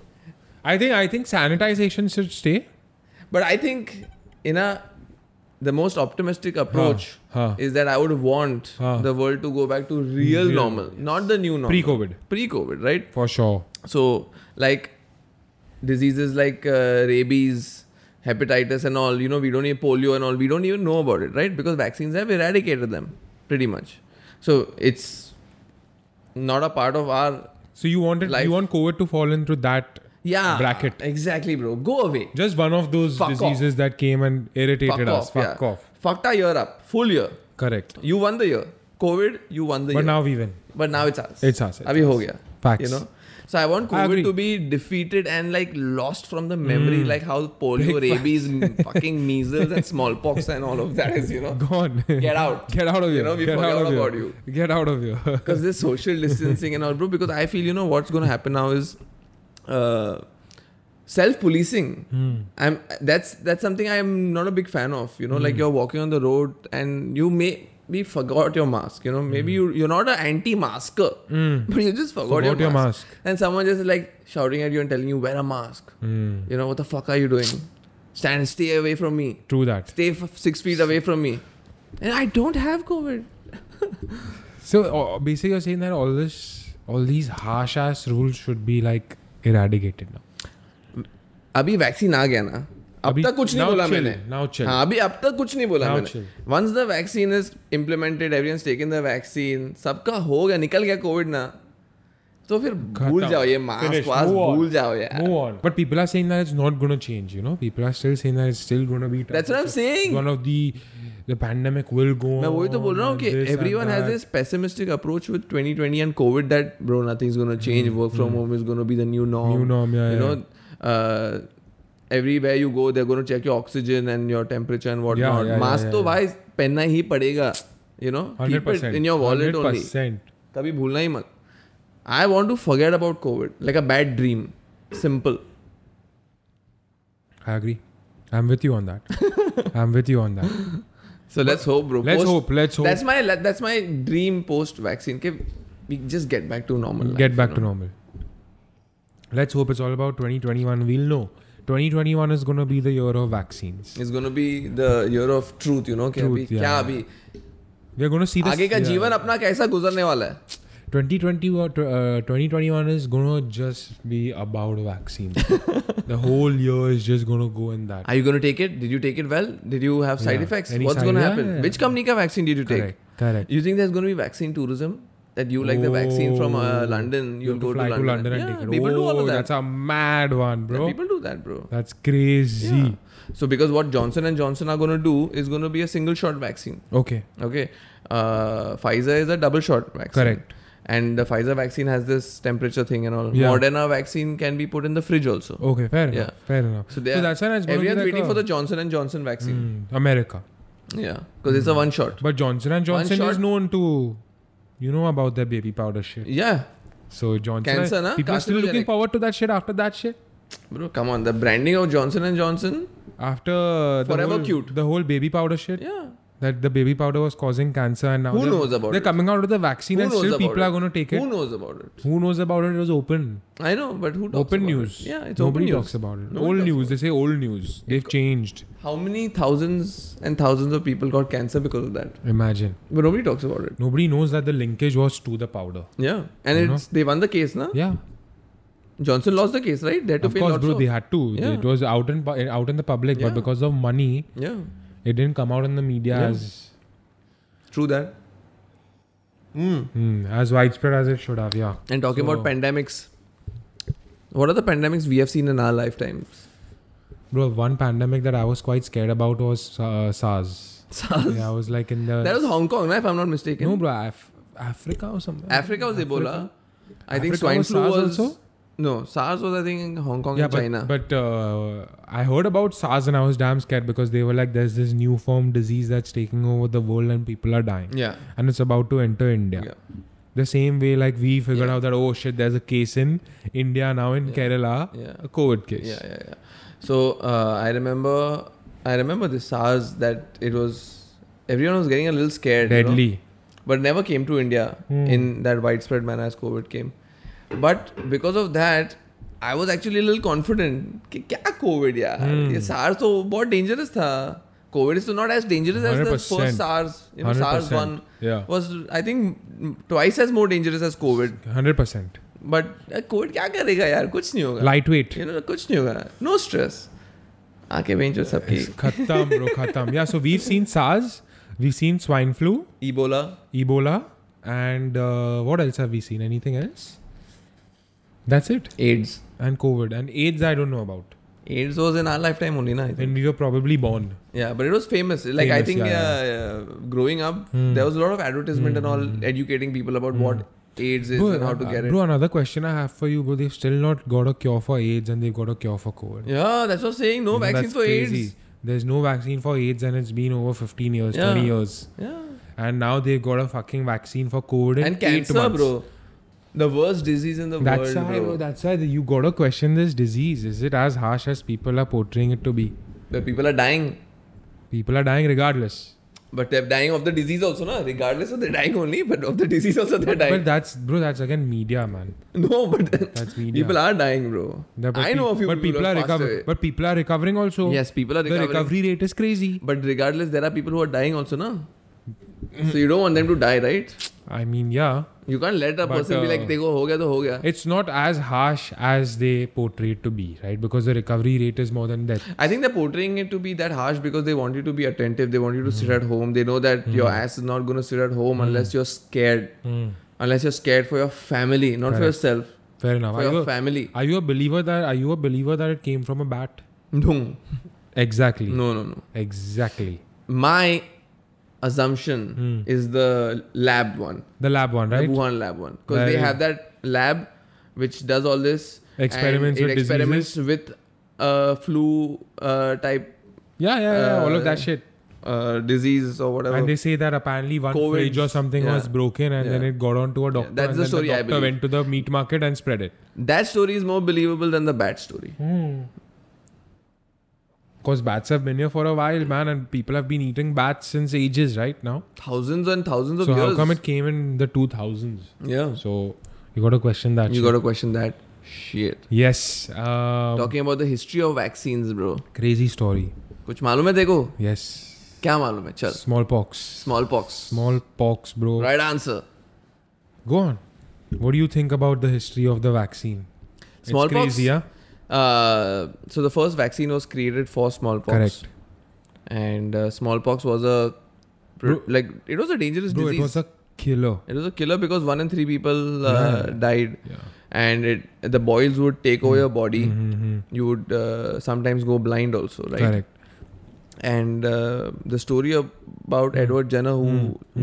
S2: I think I think sanitization should stay.
S1: But I think in a the most optimistic approach
S2: Huh, huh.
S1: is that I would want
S2: Huh.
S1: the world to go back to real,
S2: Real,
S1: normal, not the new normal.
S2: Pre-COVID.
S1: Pre-COVID, right?
S2: for sure.
S1: So like diseases like uh, rabies, hepatitis, and all. You know, we don't need polio and all. We don't even know about it, right? Because vaccines have eradicated them pretty much. So it's not a part of our
S2: So you wanted
S1: Life.
S2: you want COVID to fall into that
S1: yeah
S2: Bracket.
S1: exactly, bro. Go away.
S2: just one of those
S1: Fuck off.
S2: diseases that came and
S1: Fuck
S2: irritated us.
S1: off.
S2: Fuck
S1: yeah.
S2: off.
S1: Fucked our year up. Full year.
S2: Correct.
S1: You won the year. COVID, you won the
S2: But
S1: year.
S2: now we win.
S1: but now it's us.
S2: It's us, it's
S1: Abhi
S2: us.
S1: ho gaya.
S2: Facts.
S1: You know. So I want
S2: I agree.
S1: COVID
S2: Hmm.
S1: to be defeated and like lost from the memory, like how polio,
S2: Big fa-
S1: rabies, m- fucking measles, and smallpox, and all of that is. You know,
S2: Gone.
S1: get out.
S2: Get out of here.
S1: You know, we
S2: Get
S1: forgot
S2: out of
S1: about
S2: here. Get out of here.
S1: because there's social distancing and all, bro. Because I feel you know what's gonna happen now is uh, self-policing.
S2: Hmm.
S1: I'm that's that's something I'm not a big fan of. You know,
S2: Hmm.
S1: like you're walking on the road and you may be forgot your mask. You know, maybe you you're not an anti-masker, but you just forgot,
S2: Hmm. Forgot your mask.
S1: and someone just like shouting at you and telling you wear a mask.
S2: Hmm.
S1: You know what the fuck are you doing? Stand, stay away from me.
S2: True that.
S1: Stay f- six feet away from me. And I don't have COVID.
S2: So uh, basically, you're saying that all this, all these harsh ass rules should be like eradicated now.
S1: अभी vaccine आ गया ना अब
S2: अभी-
S1: तक कुछ नहीं
S2: now
S1: बोला
S2: chill,
S1: मैंने
S2: now chill.
S1: हाँ अभी अब तक कुछ नहीं बोला
S2: Now
S1: मैंने
S2: chill.
S1: Once the vaccine is implemented everyone's taken the vaccine सबका हो गया निकल गया कोविड ना तो फिर भूल
S2: खत्म,
S1: जाओ ये मास्क
S2: finish,
S1: वास्क
S2: move on,
S1: भूल जाओ यार
S2: Move on. But people are saying that it's not going to change. You know, people are still saying that it's still going to be. tough.
S1: That's what I'm
S2: It's
S1: saying.
S2: One of the the pandemic will go.
S1: मैं वही तो बोल रहा हूँ
S2: on
S1: कि
S2: and this and
S1: everyone has
S2: that.
S1: this pessimistic approach with 2020 and COVID that bro nothing is going to change work from home is going to be the new norm
S2: Hmm, New norm, yeah,
S1: you
S2: yeah.
S1: know uh, everywhere you go they're going to check your oxygen and your temperature and whatnot
S2: Yeah, yeah,
S1: mask
S2: yeah,
S1: तो
S2: yeah.
S1: भाई पहनना ही पड़ेगा you know keep it
S2: 100%,
S1: in your wallet only
S2: 100%.
S1: कभी भूलना ही मत I want to forget about covid like a bad dream simple
S2: I agree. I'm with you on that. I'm with you on that.
S1: so let's hope bro
S2: Let's
S1: Post-
S2: hope. Let's hope.
S1: that's my that's my dream post vaccine कि we just get back to normal life,
S2: get
S1: you
S2: back
S1: know?
S2: to normal. Let's hope it's all about 2021. We'll know. 2021 is going to be the year of vaccines.
S1: Is gonna be the year of truth you know कि
S2: Truth,
S1: अभी
S2: yeah.
S1: क्या अभी
S2: We're going to see this.
S1: आगे का
S2: yeah.
S1: जीवन अपना कैसा गुजरने वाला है
S2: 2020 or, uh, 2021 is going to just be about vaccines. the whole year is just going to go in that.
S1: are you going to take it did you take it well did you have side
S2: Yeah.
S1: effects
S2: Any
S1: what's
S2: side-
S1: going to
S2: yeah,
S1: happen
S2: yeah, yeah.
S1: which company का vaccine did you take
S2: Correct. Correct.
S1: you think there's going to be vaccine tourism that you like the vaccine from uh,
S2: Oh,
S1: london
S2: you
S1: you'll
S2: have to
S1: go
S2: fly
S1: to london,
S2: and
S1: yeah,
S2: take it.
S1: people do all
S2: Oh,
S1: of that
S2: That's a mad one,
S1: Yeah,
S2: bro.
S1: people do that bro
S2: That's crazy.
S1: yeah. so because what johnson and johnson are going to do is going to be a single shot vaccine
S2: Okay.
S1: Okay. Uh, Pfizer is a double shot vaccine.
S2: Correct.
S1: And the Pfizer vaccine has this temperature thing and all.
S2: Yeah.
S1: Moderna vaccine can be put in the fridge also.
S2: Okay. Fair
S1: Yeah.
S2: enough. Fair enough.
S1: So, they are,
S2: that's why it's going to be
S1: everyone's
S2: like
S1: waiting
S2: a- Hmm.
S1: for the Johnson and Johnson vaccine.
S2: Mm, America.
S1: Yeah, because it's a one shot.
S2: But Johnson and Johnson
S1: shot.
S2: is known to, you know about their baby powder shit.
S1: Yeah,
S2: So Johnson,
S1: Cancer, na?
S2: people are still looking
S1: Carcinogenic.
S2: forward to that shit after that shit.
S1: bro, come on. The branding of Johnson and Johnson.
S2: After the
S1: Forever
S2: whole,
S1: cute.
S2: the whole baby powder shit
S1: Yeah.
S2: that the baby powder was causing cancer and now
S1: Who
S2: they're,
S1: knows about
S2: they're
S1: it?
S2: coming out with the vaccine and still people are going to take it.
S1: Who knows about it?
S2: Who knows about it? It was open,
S1: I know, but who talks
S2: open
S1: about
S2: news.
S1: It? Yeah, it's open
S2: nobody
S1: news.
S2: talks about it.
S1: Nobody
S2: old
S1: talks
S2: news. They say old news. They've changed.
S1: How many thousands and thousands of people got cancer because of that?
S2: Imagine
S1: But nobody talks about it.
S2: nobody knows that the linkage was to the powder.
S1: Yeah, and
S2: You know?
S1: it's they won the case, na?
S2: Yeah,
S1: Johnson lost the case, right? They had to
S2: of
S1: pay
S2: course,
S1: lots
S2: bro.
S1: of-
S2: They had to.
S1: Yeah.
S2: It was out in pu- out in the public, but
S1: Yeah.
S2: because of money,
S1: Yeah,
S2: it didn't come out in the media
S1: Yeah.
S2: as
S1: true that.
S2: Hmm, as widespread as it should have. Yeah.
S1: And talking about
S2: So- pandemics,
S1: pandemics, what are the pandemics we have seen in our lifetimes?
S2: Bro, one pandemic that I was quite scared about was uh, SARS.
S1: SARS.
S2: Yeah, I was like in the.
S1: That was Hong Kong, right? If I'm not mistaken.
S2: no, bro, Af- Africa or something.
S1: Africa was Ebola. I think
S2: Africa
S1: swine
S2: was
S1: flu
S2: SARS
S1: was.
S2: also?
S1: No, SARS was I think in Hong Kong
S2: Yeah,
S1: and
S2: but,
S1: China.
S2: but uh, I heard about SARS and I was damn scared because they were like, there's this new form disease that's taking over the world and people are dying.
S1: yeah.
S2: And it's about to enter India.
S1: Yeah.
S2: The same way, like, we figured
S1: Yeah.
S2: out that, oh shit, there's a case in India now in Kerala,
S1: Yeah.
S2: a COVID case.
S1: Yeah, yeah, yeah. So uh, I remember, I remember the SARS that it was everyone was getting a little scared. you know?
S2: Deadly.
S1: but never came to India
S2: Hmm.
S1: in that widespread manner as COVID came. But because of that, I was actually a little confident कि क्या COVID यार ये SARS तो बहुत dangerous था COVID is not as dangerous as the
S2: 100%.
S1: first SARS you know SARS
S2: 100%.
S1: one
S2: Yeah.
S1: was I think m- twice as more dangerous as COVID
S2: 100%.
S1: but uh, COVID क्या करेगा यार कुछ नहीं होगा
S2: Lightweight.
S1: you know कुछ नहीं होगा no stress आके बेंचो सबकी
S2: Khatam, bro, khatam. Yeah, so we've seen SARS, we've seen swine flu,
S1: Ebola
S2: Ebola, and uh, what else have we seen? Anything else? That's it.
S1: AIDS
S2: And COVID. And AIDS, I don't know about.
S1: AIDS was in our lifetime only na I think
S2: And we were probably born.
S1: Yeah, but it was famous. Like I
S2: Famous,
S1: think
S2: yeah, Hmm.
S1: uh, uh, growing up, there was a lot of advertisement and all educating people about what AIDS is and how to
S2: uh,
S1: get it.
S2: Hmm. bro, another question I have for you, bro. They've still not got a cure for AIDS and they've got a cure for COVID.
S1: Yeah, that's what I'm saying. No
S2: You know,
S1: vaccine
S2: that's
S1: for AIDS.
S2: crazy. There's no vaccine for AIDS and it's been over 15 years,
S1: Yeah.
S2: 20 years.
S1: Yeah.
S2: And now they've got a fucking vaccine for COVID in
S1: And
S2: eight
S1: cancer,
S2: months.
S1: bro. The worst disease in the
S2: That's
S1: world,
S2: why, bro.
S1: bro.
S2: That's why the- you gotta question this disease. Is it as harsh as people are portraying it to be?
S1: The people are dying.
S2: People are dying regardless.
S1: But they're dying of the disease also, na? Regardless of they're dying only, but of the disease also they're dying.
S2: But that's, bro. That's again media, man.
S1: no, but
S2: That's media.
S1: people are dying, bro.
S2: The- but
S1: I know a
S2: peop-
S1: few
S2: but people
S1: who
S2: are
S1: passed
S2: recovering.
S1: away.
S2: But people are recovering also.
S1: yes, people are
S2: the
S1: recovering.
S2: recovery rate is crazy.
S1: But regardless, there are people who are dying also, na?
S2: Hmm.
S1: so you don't want them to die, right?
S2: I mean, yeah,
S1: You can't let a
S2: But,
S1: person be
S2: uh,
S1: like, "Dekho, ho gaya to ho gaya."
S2: it's not as harsh as they portray it to be, right? Because the recovery rate is more than death.
S1: I think they're portraying it to be that harsh because they want you to be attentive. They want you to sit
S2: Hmm.
S1: at home. They know that your ass is not going to sit at home unless you're scared.
S2: Hmm.
S1: Unless you're scared for your family, not for yourself.
S2: Fair enough.
S1: For
S2: Are you,
S1: your
S2: a,
S1: family.
S2: are you a believer that? Are you a believer that it came from a bat?
S1: No.
S2: Hmm. Exactly.
S1: No, no, no.
S2: Exactly.
S1: My assumption is the lab one,
S2: The lab one, Hmm. right?
S1: the Wuhan lab one. Because
S2: Right.
S1: they have that lab which does all this. and
S2: Experiments
S1: it
S2: with
S1: experiments with uh, flu uh, type
S2: Yeah, yeah, yeah. all of
S1: Uh,
S2: that shit.
S1: uh, disease or whatever.
S2: And they say that apparently one
S1: Covid's-
S2: fridge or something
S1: yeah.
S2: was broken and then
S1: Yeah.
S2: it got onto a doctor.
S1: that's
S2: and
S1: the
S2: then
S1: story I
S2: doctor
S1: believe.
S2: went to the meat market and spread it.
S1: that story is more believable than the bat story.
S2: Hmm. Because bats have been here for a while, man, and people have been eating bats since ages, right now.
S1: thousands and thousands of
S2: So
S1: years.
S2: how come it came in the 2000s?
S1: yeah,
S2: So you got to question that.
S1: you
S2: shit.
S1: got to question that shit.
S2: yes. Um,
S1: Talking about the history of vaccines, bro.
S2: crazy story.
S1: कुछ मालूम है देखो
S2: Yes.
S1: क्या मालूम है चल
S2: Smallpox.
S1: smallpox.
S2: Smallpox, bro.
S1: Right answer.
S2: Go on. What do you think about the history of the vaccine?
S1: Smallpox?
S2: It's crazy, yeah?
S1: Uh, so the first vaccine was created for smallpox.
S2: Correct.
S1: And uh, smallpox was a
S2: Bro-
S1: like it was a dangerous
S2: Bro,
S1: disease.
S2: it was a killer.
S1: It was a killer because one in three people uh,
S2: Yeah.
S1: died,
S2: Yeah.
S1: and it the boils would take over your body.
S2: Mhm.
S1: You would uh, sometimes go blind also, right?
S2: Correct.
S1: and uh, the story ab- about Edward Jenner, who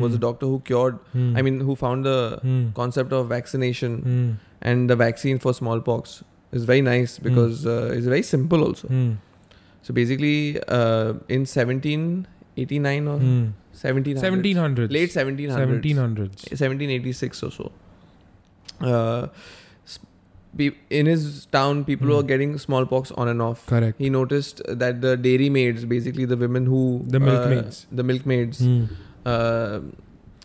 S1: was a doctor who cured,
S2: Hmm.
S1: I mean, who found the
S2: Mm.
S1: concept of vaccination
S2: Mm.
S1: and the vaccine for smallpox, is very nice because uh, it's very simple also.
S2: Mm.
S1: So basically, uh, in 1789 or
S2: Mm.
S1: 1700,
S2: 1700s.
S1: uh, late 1700s,
S2: 1700s.
S1: 1786 or so. Uh, sp- pe- in his town, people were getting smallpox on and off
S2: Correct.
S1: he noticed that the dairy maids, basically the women who
S2: The milkmaids.
S1: uh, the milkmaids,
S2: Mm.
S1: uh,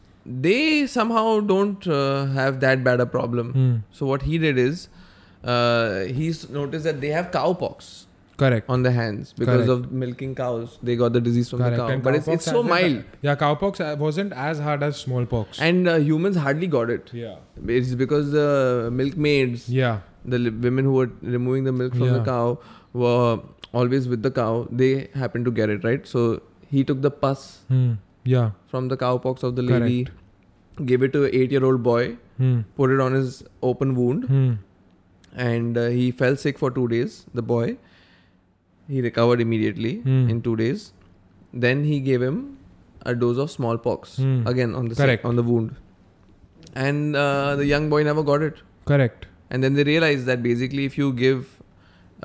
S1: they somehow don't uh, have that bad a problem.
S2: Mm.
S1: So what he did is, uh, he's noticed that they have cowpox
S2: Correct.
S1: on their hands because of milking cows. They got the disease from
S2: Correct.
S1: the cow,
S2: And
S1: but it's,
S2: cowpox
S1: it's so
S2: hasn't-
S1: mild,
S2: Yeah, cowpox uh, wasn't as hard as smallpox.
S1: and uh, humans hardly got it.
S2: yeah.
S1: It's because the milkmaids,
S2: Yeah.
S1: the li- women who were removing the milk from the
S2: Yeah.
S1: cow were always with the cow they happened to get it right so he took the pus
S2: Mm. Yeah.
S1: from the cowpox of the lady gave it to an 8 year old boy
S2: Mm.
S1: put it on his open wound
S2: Mm.
S1: and uh, he fell sick for 2 days the boy he recovered immediately
S2: Hmm.
S1: in 2 days then he gave him a dose of smallpox
S2: Hmm.
S1: again on the
S2: Correct.
S1: sick, on the wound and uh, the young boy never got it
S2: Correct.
S1: and then they realize that basically if you give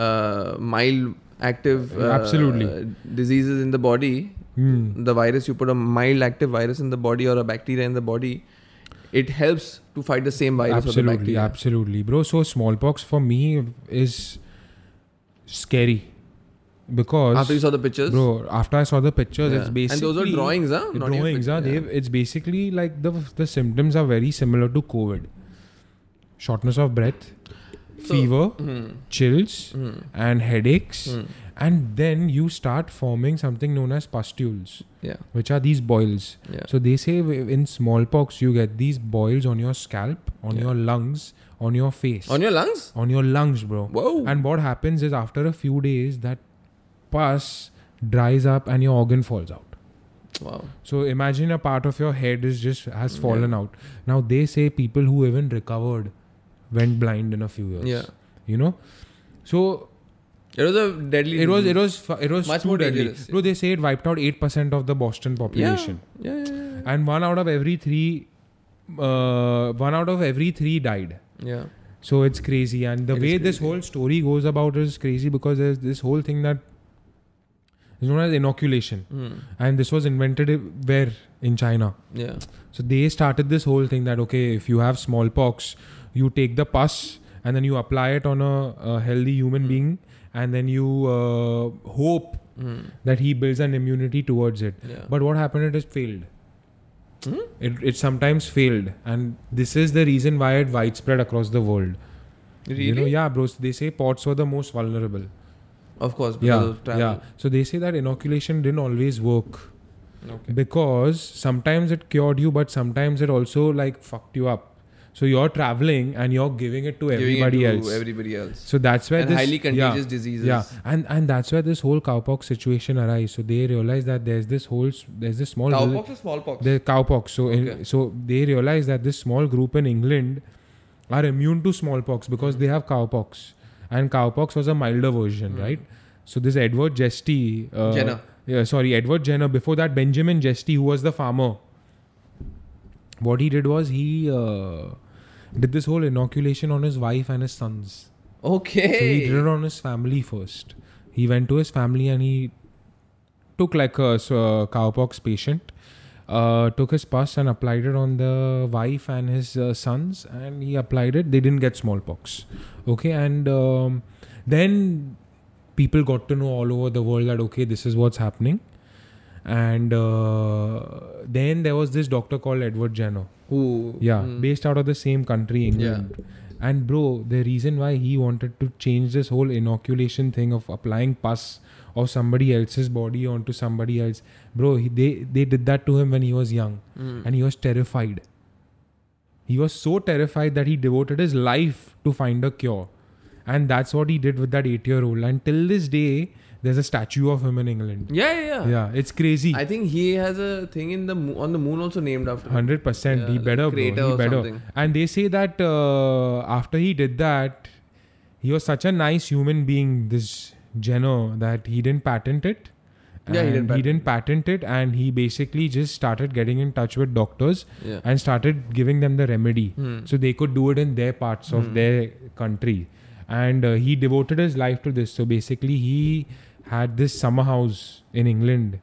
S1: uh, mild active uh,
S2: Absolutely.
S1: diseases in the body
S2: Mm.
S1: the virus you put a mild active virus in the body or a bacteria in the body it helps to fight the same virus or the
S2: Absolutely.
S1: bacteria
S2: Absolutely, bro. So smallpox for me is scary because
S1: after you saw the pictures
S2: bro, after I saw the pictures,
S1: yeah.
S2: it's basically
S1: and those are drawings huh?
S2: The
S1: Not even
S2: drawings
S1: pic-
S2: are
S1: yeah.
S2: they've it's basically like the the symptoms are very similar to covid shortness of breath
S1: So-
S2: fever
S1: Hmm.
S2: chills
S1: Hmm.
S2: and headaches
S1: Hmm.
S2: and then you start forming something known as pustules
S1: yeah
S2: which are these boils
S1: yeah
S2: so they say w- in smallpox you get these boils on your scalp on
S1: Yeah.
S2: your lungs on your face
S1: on your lungs
S2: on your lungs bro
S1: whoa
S2: and what happens is after a few days that pus dries up and your organ falls out
S1: wow
S2: so imagine a part of your head is just has fallen out. Now they say people who even recovered went blind in a few years.
S1: Yeah.
S2: You know? So
S1: it was a deadly
S2: it was it
S1: disease.
S2: was fu- it was
S1: Much
S2: too
S1: more
S2: deadly.
S1: dangerous,
S2: Bro, they say it wiped out eight percent of the Boston
S1: yeah.
S2: population.
S1: Yeah, yeah, yeah.
S2: And one out of every three uh, one out of every three died.
S1: yeah
S2: So it's crazy. And the
S1: It is
S2: way this
S1: crazy.
S2: whole story goes about is crazy because there's this whole thing that is known as inoculation.
S1: Hmm.
S2: And this was invented i- where? In China.
S1: yeah
S2: So they started this whole thing that, okay, if you have smallpox, you take the pus and then you apply it on a, a healthy human being and then you uh, hope
S1: Hmm.
S2: that he builds an immunity towards it.
S1: yeah
S2: But what happened? It has failed. It, it sometimes failed, and this is the reason why it widespread across the world.
S1: really
S2: You know, yeah, bros. They say pots were the most vulnerable.
S1: of course because
S2: Yeah,
S1: of
S2: yeah.
S1: travel
S2: So they say that inoculation didn't always work
S1: okay
S2: because sometimes it cured you, but sometimes it also like fucked you up. So you're traveling and you're giving it to
S1: Giving it
S2: everybody
S1: to
S2: else.
S1: everybody else
S2: so that's where
S1: and
S2: this
S1: highly
S2: yeah.
S1: contagious diseases
S2: Yeah, and and that's where this whole cowpox situation arises. So they realize that there's this whole s- there's this small village-
S1: cowpox or smallpox
S2: the cowpox. So in-
S1: Okay.
S2: so they realize that this small group in England are immune to smallpox
S1: Mm.
S2: because they have cowpox, and cowpox was a milder version, right? So this Edward Jesty, uh,
S1: Mm. Jenner.
S2: yeah, sorry, Edward Jenner. Before that, Benjamin Jesty, who was the farmer. What he did was he uh, did this whole inoculation on his wife and his sons.
S1: okay
S2: So he did it on his family first. He went to his family and he took like a s- uh, cowpox patient, uh, took his pus and applied it on the wife and his uh, sons, and he applied it. They didn't get smallpox. Okay, and um, then people got to know all over the world that okay, this is what's happening. And uh, then there was this doctor called Edward Jenner.
S1: who
S2: Yeah,
S1: Hmm.
S2: based out of the same country, England. And bro, the reason why he wanted to change this whole inoculation thing of applying pus of somebody else's body onto somebody else, bro, he, they they did that to him when he was young,
S1: Hmm.
S2: and he was terrified. He was so terrified that he devoted his life to find a cure, and that's what he did with that eight-year-old. And till this day, there's a statue of him in England.
S1: yeah yeah yeah
S2: Yeah, it's crazy.
S1: I think he has a thing in the mo- on the moon also named after him.
S2: Hundred percent. He
S1: Yeah, like
S2: better, bro.
S1: creator
S2: He
S1: or
S2: better.
S1: something.
S2: And they say that uh, after he did that, he was such a nice human being, this Jeno, that he didn't patent it.
S1: Yeah, he
S2: And
S1: didn't
S2: he
S1: patent
S2: didn't patent it, and he basically just started getting in touch with doctors
S1: Yeah.
S2: and started giving them the remedy,
S1: Hmm.
S2: so they could do it in their parts of their country. And uh, he devoted his life to this. So basically, he had this summer house in England,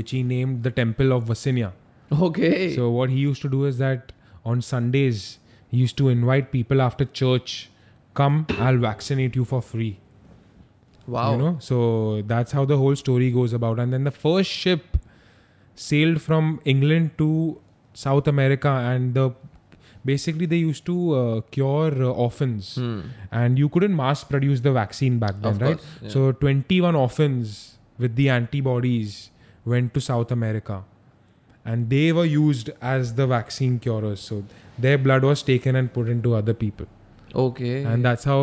S2: which he named the Temple of Vasinia.
S1: Okay.
S2: So what he used to do is that on Sundays he used to invite people after church, come, I'll vaccinate you for free.
S1: wow.
S2: You know, so that's how the whole story goes about. And then the first ship sailed from England to South America, and the basically they used to uh, cure uh, orphans, and you couldn't mass produce the vaccine back then,
S1: Hmm. Of
S2: right?
S1: course, yeah.
S2: So 21 orphans with the antibodies went to South America. And they were used as the vaccine curers. So their blood was taken and put into other people.
S1: Okay.
S2: And that's how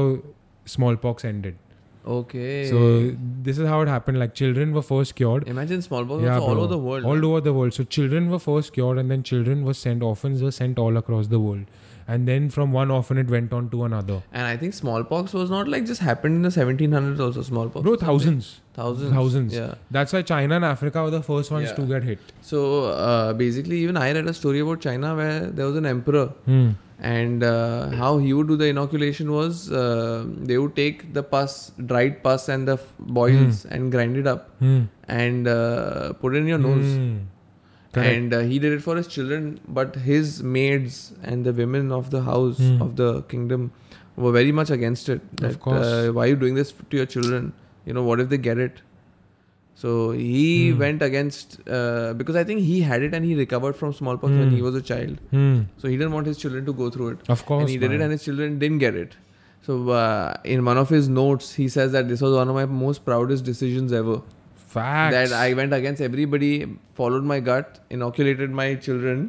S2: smallpox ended.
S1: okay.
S2: So this is how it happened. Like children were first cured.
S1: imagine smallpox
S2: Yeah,
S1: also all
S2: bro.
S1: over the world.
S2: All over the world. So children were first cured, and then children were sent. Orphans were sent all across the world, and then from one orphan it went on to another.
S1: and I think smallpox was not like just happened in the 1700s also smallpox.
S2: Bro, thousands.
S1: Thousands.
S2: Thousands.
S1: Yeah.
S2: That's why China and Africa were the first ones
S1: Yeah.
S2: to get hit.
S1: So uh, basically, even I read a story about China where there was an emperor. And uh, how he would do the inoculation was uh, they would take the pus, dried pus, and the f- boils and grind it up and uh, put it in your nose.
S2: Mm. Correct.
S1: And uh, he did it for his children, but his maids and the women of the house
S2: Hmm.
S1: of the kingdom were very much against it. That,
S2: course.
S1: Uh, why are you doing this to your children? You know, what if they get it? So he
S2: Hmm.
S1: went against uh, because I think he had it and he recovered from smallpox when
S2: Hmm.
S1: he was a child.
S2: Mm.
S1: So he didn't want his children to go through it.
S2: Of course.
S1: and he did it,
S2: man.
S1: and his children didn't get it. So uh, in one of his notes, he says that this was one of my most proudest decisions ever
S2: Facts.
S1: that I went against everybody, followed my gut, inoculated my children,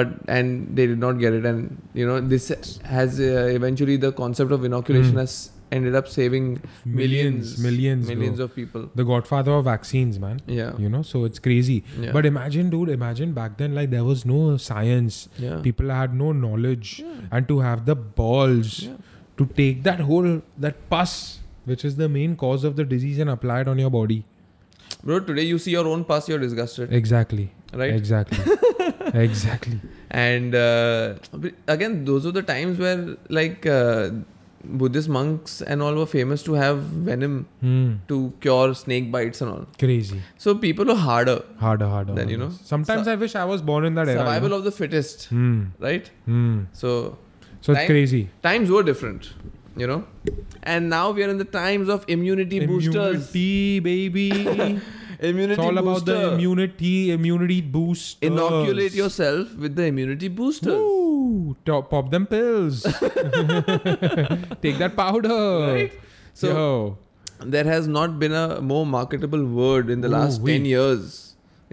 S1: but and they did not get it. And you know, this has uh, eventually the concept of inoculation has ended up saving
S2: millions,
S1: Hmm. millions,
S2: millions,
S1: millions
S2: bro.
S1: of people.
S2: the godfather of vaccines, man.
S1: Yeah,
S2: You know, so it's crazy.
S1: Yeah.
S2: But imagine, dude, imagine back then, like there was no science.
S1: yeah,
S2: People had no knowledge, and to have the balls
S1: Yeah.
S2: to take that whole that pus, which is the main cause of the disease, and apply it on your body.
S1: Bro, today you see your own pus, you're disgusted,
S2: Exactly.
S1: right?
S2: Exactly. exactly.
S1: and uh, but again those were the times where like uh, buddhist monks and all were famous to have venom
S2: Hmm.
S1: to cure snake bites and all
S2: Crazy.
S1: so people are harder
S2: Harder, harder.
S1: Then, you
S2: harder.
S1: know,
S2: Sometimes I wish I was born in that era. you
S1: survival
S2: know?
S1: of the fittest
S2: Hmm.
S1: right
S2: Hmm.
S1: so
S2: So it's
S1: Time-
S2: crazy.
S1: times were different you know and now we are in the times of immunity, boosters
S2: Immunity, baby.
S1: immunity
S2: It's all about
S1: booster
S2: the immunity, immunity boost.
S1: inoculate yourself with the immunity boosters
S2: Woo! Top, pop them pills. Take that powder.
S1: Right?
S2: So,
S1: so there has not been a more marketable word in the
S2: Ooh,
S1: last
S2: wee.
S1: 10 years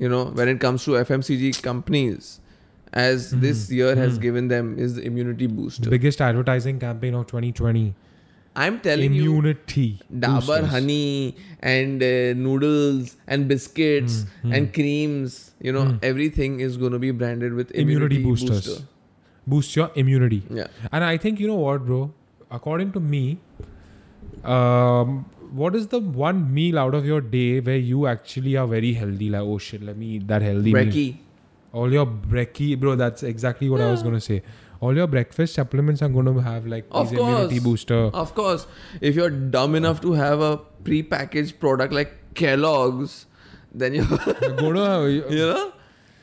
S1: you know when it comes to fmcg companies as
S2: Hmm.
S1: this year has given them is the immunity booster
S2: biggest advertising campaign of 2020.
S1: i'm telling you
S2: Immunity.
S1: dabar
S2: boosters.
S1: honey and uh, noodles and biscuits
S2: Hmm,
S1: and creams you know everything is going to be branded with immunity,
S2: Immunity boosters.
S1: booster
S2: Boost your immunity.
S1: yeah
S2: And I think you know what, bro. According to me, um, what is the one meal out of your day where you actually are very healthy? Like, oh shit, let me eat that healthy meal.
S1: Brekkie.
S2: All your brekkie, bro. That's exactly what I was gonna say. All your breakfast supplements are gonna have like
S1: Of
S2: these immunity
S1: course.
S2: booster.
S1: Of course, if you're dumb enough to have a pre-packaged product like Kellogg's, then you
S2: Go to-
S1: you know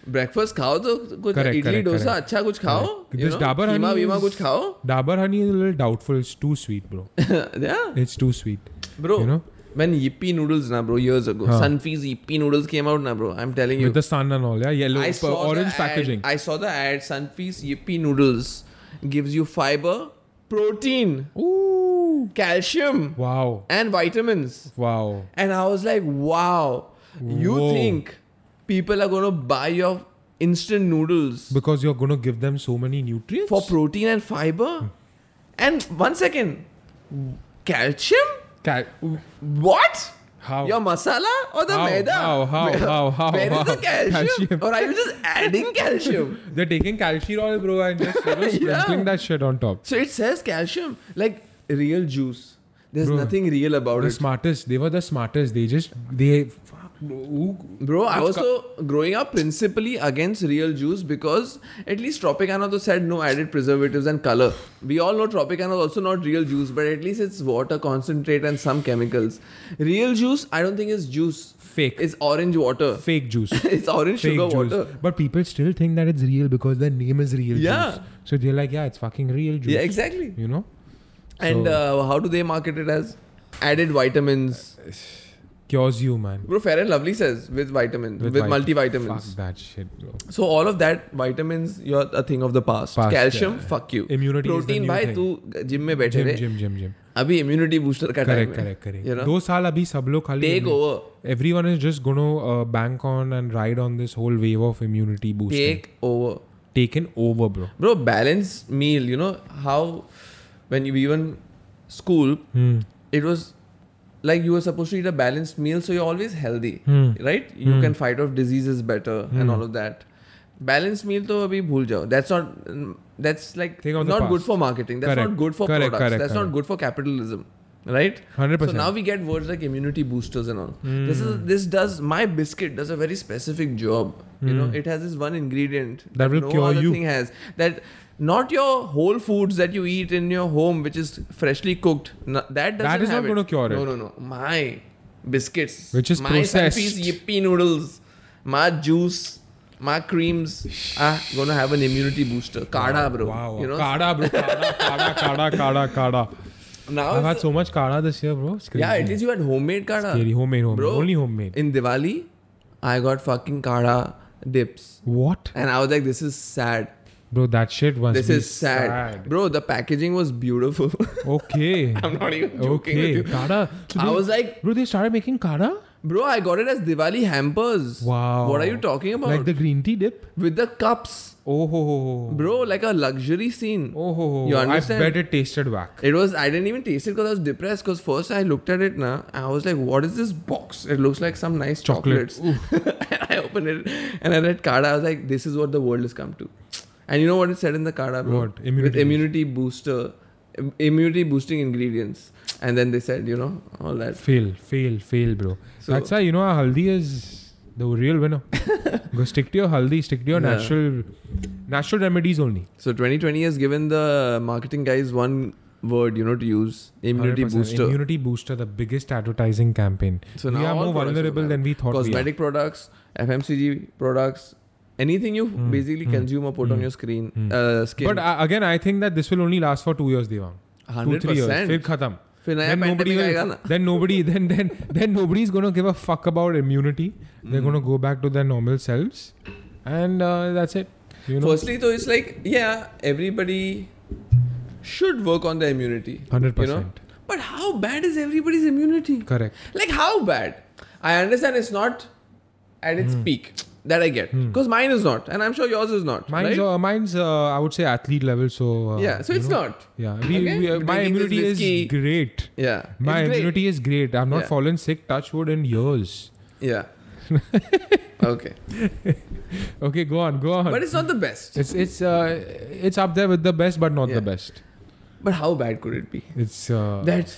S1: breakfast खाओ तो कुछ
S2: Correct,
S1: idli
S2: correct,
S1: dosa
S2: correct.
S1: अच्छा कुछ खाओ
S2: Correct.
S1: you
S2: This
S1: know,
S2: Dabur
S1: keema
S2: honey
S1: वीमा
S2: is-
S1: कुछ खाओ
S2: Dabur honey is a little doubtful. It's too sweet, bro.
S1: yeah
S2: It's too sweet.
S1: bro
S2: you know,
S1: when yippee noodles na bro years ago
S2: Huh.
S1: Sunfeast yippee noodles came out na bro I'm telling you
S2: with the sun and all. Yeah, yellow,
S1: I
S2: pur-
S1: saw the
S2: orange
S1: ad-
S2: packaging.
S1: I saw the ad Sunfeast yippee noodles gives you fiber protein
S2: Ooh!
S1: calcium
S2: Wow!
S1: and vitamins
S2: Wow!
S1: And I was like, wow, you
S2: Whoa.
S1: think people are going to buy your instant noodles
S2: Because you're gonna give them so many nutrients.
S1: for protein and fiber? And one second, calcium?
S2: Cal-
S1: What?
S2: how?
S1: Your masala or the
S2: How?
S1: maida?
S2: How? How?
S1: Where-
S2: How? How?
S1: where is the
S2: How?
S1: calcium?
S2: Calcium.
S1: Or are you just adding calcium?
S2: They're taking calcium, bro, and just you know,
S1: Yeah.
S2: sprinkling that shit on top.
S1: So it says calcium, like real juice. There's
S2: Bro,
S1: nothing real about
S2: The
S1: it.
S2: smartest. They were the smartest. They just they. Fuck, bro. Who-
S1: Bro, I was
S2: Which
S1: so growing up principally against real juice because at least Tropicana though said no added preservatives and color. We all know Tropicana is also not real juice, but at least it's water concentrate and some chemicals. Real juice, I don't think is juice.
S2: Fake.
S1: It's orange water.
S2: fake juice.
S1: it's orange
S2: fake
S1: sugar
S2: juice.
S1: water.
S2: But people still think that it's real because the name is real
S1: Yeah.
S2: juice. So they're like, yeah, it's fucking real juice.
S1: Yeah, exactly.
S2: You know,
S1: And uh, how do they market it as added vitamins?
S2: cures you, man.
S1: Bro, Fair and Lovely says with vitamins, with,
S2: vit-
S1: multivitamins.
S2: Fuck that shit, bro.
S1: So all of that vitamins, you're a thing of the past.
S2: Past,
S1: Calcium,
S2: yeah.
S1: fuck you.
S2: Immunity is the
S1: protein
S2: new
S1: भाई
S2: thing.
S1: तू gym में बैठे
S2: Gym,
S1: रहे
S2: gym, gym, gym.
S1: अभी immunity booster का time
S2: Correct,
S1: है
S2: correct, correct.
S1: you know?
S2: दो साल अभी सब लोग खाली
S1: take
S2: immunity-
S1: over
S2: Everyone is just going to uh, bank on and ride on this whole wave of immunity boosting.
S1: Take over
S2: Taken over, bro.
S1: Bro balance meal you know how when you even school
S2: Hmm.
S1: It was like you were supposed to eat a balanced meal so you're always healthy
S2: Hmm.
S1: right you can fight off diseases better and all of that balanced meal तो अभी भूल जाओ that's not that's like
S2: Thing of the
S1: not
S2: past.
S1: good for marketing that's
S2: Correct.
S1: not good for
S2: Correct,
S1: products
S2: correct,
S1: that's not
S2: correct.
S1: good for capitalism right
S2: 100%.
S1: So now we get words like immunity boosters and all. This is
S2: Hmm.
S1: this does my biscuit does a very specific job. You know, it has this one ingredient
S2: Hmm. That will
S1: no
S2: cure
S1: other
S2: you.
S1: thing has that not your whole foods that you eat in your home, which is freshly cooked. No, that doesn't
S2: That is
S1: have
S2: not gonna cure
S1: No,
S2: it.
S1: no, no. My biscuits,
S2: Which is
S1: my
S2: processed.
S1: Sunfeast yippee noodles, my juice. My creams are gonna have an immunity booster. Kada, bro.
S2: Wow.
S1: You know,
S2: Kada, bro. Kada, kada, kada, kada, kada.
S1: now
S2: I've had
S1: it's-
S2: so much kada this year, bro. It's crazy.
S1: yeah, at least you had homemade kada.
S2: Scary. Homemade, homemade.
S1: Bro.
S2: Only homemade.
S1: in Diwali, I got fucking kada dips.
S2: What?
S1: And I was like, this is sad.
S2: Bro, that shit was.
S1: This is sad. Bro, the packaging was beautiful.
S2: Okay.
S1: I'm not even joking
S2: okay.
S1: with you.
S2: Kada. So
S1: I
S2: they-
S1: was like,
S2: Bro, they started making kada?
S1: bro, I got it as Diwali hampers.
S2: Wow.
S1: What are you talking about?
S2: Like the green tea dip?
S1: With the cups.
S2: Oh, ho, ho, ho.
S1: Bro, like a luxury scene.
S2: Oh, ho, ho.
S1: You
S2: ho.
S1: understand?
S2: I bet it tasted whack.
S1: It was, I didn't even taste it because I was depressed. Because first I looked at it now, I was like, what is this box? It looks like some nice
S2: Chocolate.
S1: chocolates. and I opened it and I read Kada. I was like, this is what the world has come to. And you know what it said in the Kada? Bro?
S2: What? Immunity
S1: With immunity booster, im- immunity boosting ingredients. and then they said you know all that
S2: Fail, fail, fail, bro.
S1: So-
S2: That's why you know our haldi is the real winner. Go stick to your haldi, stick to your
S1: Yeah.
S2: natural, natural remedies only.
S1: so 2020 has given the marketing guys one word you know to use immunity
S2: 100%.
S1: booster
S2: Immunity booster, the biggest advertising campaign.
S1: so
S2: we
S1: now
S2: are
S1: all products
S2: more
S1: will
S2: vulnerable
S1: have
S2: than we thought. we
S1: cosmetic products fmcg products anything you
S2: Hmm,
S1: basically
S2: hmm,
S1: consume or put on
S2: hmm,
S1: your screen
S2: hmm.
S1: uh,
S2: are.
S1: skin
S2: But uh, again, I think that this will only last for two years, Devang. Two,
S1: 100%
S2: three years. फिर खत्म.
S1: फिर नया
S2: Then nobody,
S1: pandemic आएगा
S2: will,
S1: ना
S2: then nobody, then then then nobody's gonna give a fuck about immunity. They're
S1: Hmm.
S2: gonna go back to their normal selves, and uh, that's it. You know,
S1: firstly though it's like yeah everybody should work on their immunity
S2: hundred
S1: you know
S2: percent
S1: but how bad is everybody's immunity
S2: correct.
S1: like how bad i understand it's not at
S2: Hmm.
S1: its peak that i get because mine is not and i'm sure yours is not
S2: Mine's
S1: right?
S2: uh, mine's uh, I would say athlete level. So uh,
S1: yeah so
S2: you
S1: it's
S2: know,
S1: not
S2: Yeah, we,
S1: Okay?
S2: we, uh,
S1: Drinking
S2: my
S1: this
S2: immunity is
S1: whiskey.
S2: great.
S1: yeah
S2: My
S1: It's great.
S2: immunity is great. I've not
S1: Yeah.
S2: fallen sick, touch wood, in years.
S1: yeah okay
S2: Okay, go on, go on.
S1: but it's not the best
S2: it's it's uh, it's up there with the best, but not the
S1: Yeah.
S2: best.
S1: but how bad could it be
S2: It's uh,
S1: that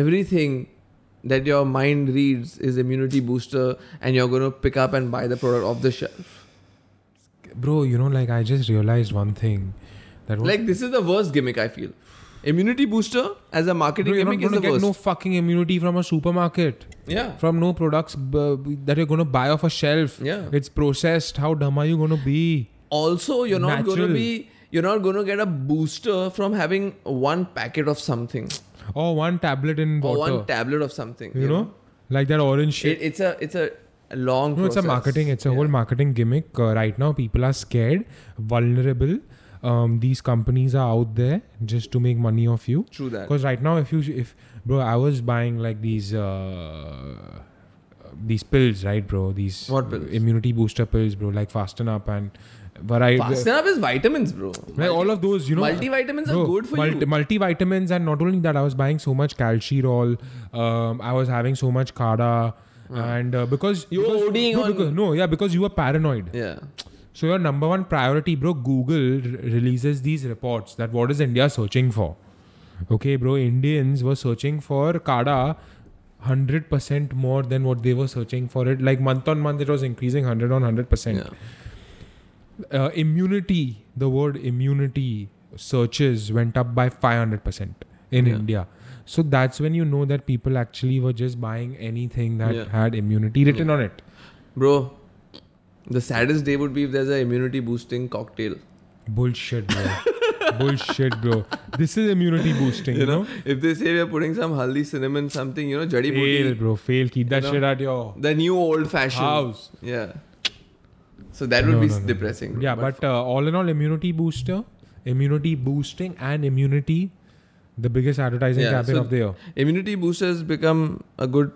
S1: everything that your mind reads is immunity booster and you're going to pick up and buy the product off the shelf
S2: bro. You know, like I just realized one thing. That
S1: like this is the worst gimmick i feel immunity booster as a marketing
S2: bro, you're not
S1: gimmick is
S2: gonna
S1: the
S2: get
S1: worst
S2: no fucking immunity from a supermarket,
S1: yeah
S2: from no products b- b- that you're gonna buy off a shelf.
S1: yeah
S2: It's processed. How dumb are you gonna be?
S1: also you're not going to
S2: Natural.
S1: be you're not going to get a booster from having one packet of something
S2: Or one tablet in
S1: or
S2: water.
S1: one tablet of something
S2: you know, like that orange shit.
S1: It, it's a it's a long
S2: No, it's a
S1: process.
S2: marketing. It's a
S1: Yeah.
S2: whole marketing gimmick. Uh, right now, people are scared, vulnerable. Um, these companies are out there just to make money off you.
S1: true that
S2: Because right now, if you if bro, I was buying like these uh, these pills, right, bro? These
S1: What pills?
S2: immunity booster pills, bro, like Fasten Up and variety.
S1: fasten up is vitamins bro
S2: Like all of those, you know.
S1: multivitamins
S2: Bro,
S1: are good for
S2: multi-
S1: you
S2: Multivitamins, and not only that, I was buying so much Calcirol. Um, I was having so much Kada, and uh, because
S1: Uh-huh. You were
S2: because,
S1: ODing
S2: no,
S1: on-
S2: because- no, yeah, because you were paranoid.
S1: yeah
S2: So your number one priority, bro. Google r- releases these reports that what is India searching for? Okay, bro. Indians were searching for Kada. 100% more than what they were searching for it like month on month it was increasing 100 on 100%
S1: yeah
S2: uh, immunity the word immunity searches went up by 500% in
S1: Yeah.
S2: india so that's when you know that people actually were just buying anything that
S1: Yeah.
S2: had immunity written on it
S1: bro the saddest day would be if there's an immunity boosting cocktail
S2: bullshit bro bullshit bro this is immunity boosting you, know,
S1: if they say we're putting some haldi cinnamon something you know jadi
S2: fail bro fail keep that
S1: You know?
S2: shit at your
S1: the new old fashioned
S2: house
S1: Yeah. So that would
S2: No,
S1: be
S2: no, no.
S1: depressing. bro.
S2: yeah but uh, all in all immunity booster immunity boosting and immunity the biggest advertising
S1: Yeah,
S2: campaign
S1: so-
S2: of the year
S1: immunity boosters become a good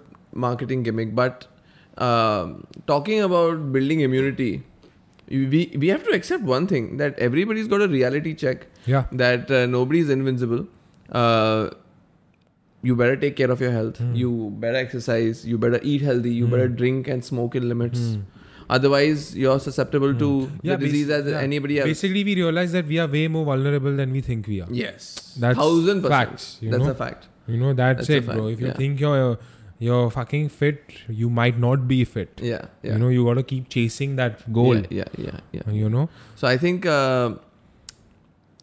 S1: marketing gimmick. But um, talking about building immunity, you- we we have to accept one thing that everybody's got a reality check
S2: yeah
S1: that uh, nobody's invincible. Uh, you better take care of your health.
S2: Hmm.
S1: You better exercise. You better eat healthy. You better drink and smoke in limits. Otherwise, you're susceptible to
S2: Hmm. Yeah,
S1: the
S2: basi-
S1: disease as
S2: yeah.
S1: anybody else.
S2: Basically, we realize that we are way more vulnerable than we think we are.
S1: Yes.
S2: That's
S1: thousand percent.
S2: facts, you
S1: That's
S2: know?
S1: a fact.
S2: You know, that's,
S1: That's a
S2: it, bro.
S1: fact,
S2: If you
S1: yeah.
S2: think you're you're fucking fit, you might not be fit.
S1: Yeah. Yeah.
S2: You know, you got to keep chasing that goal.
S1: Yeah, yeah, yeah, yeah.
S2: You know,
S1: So I think uh,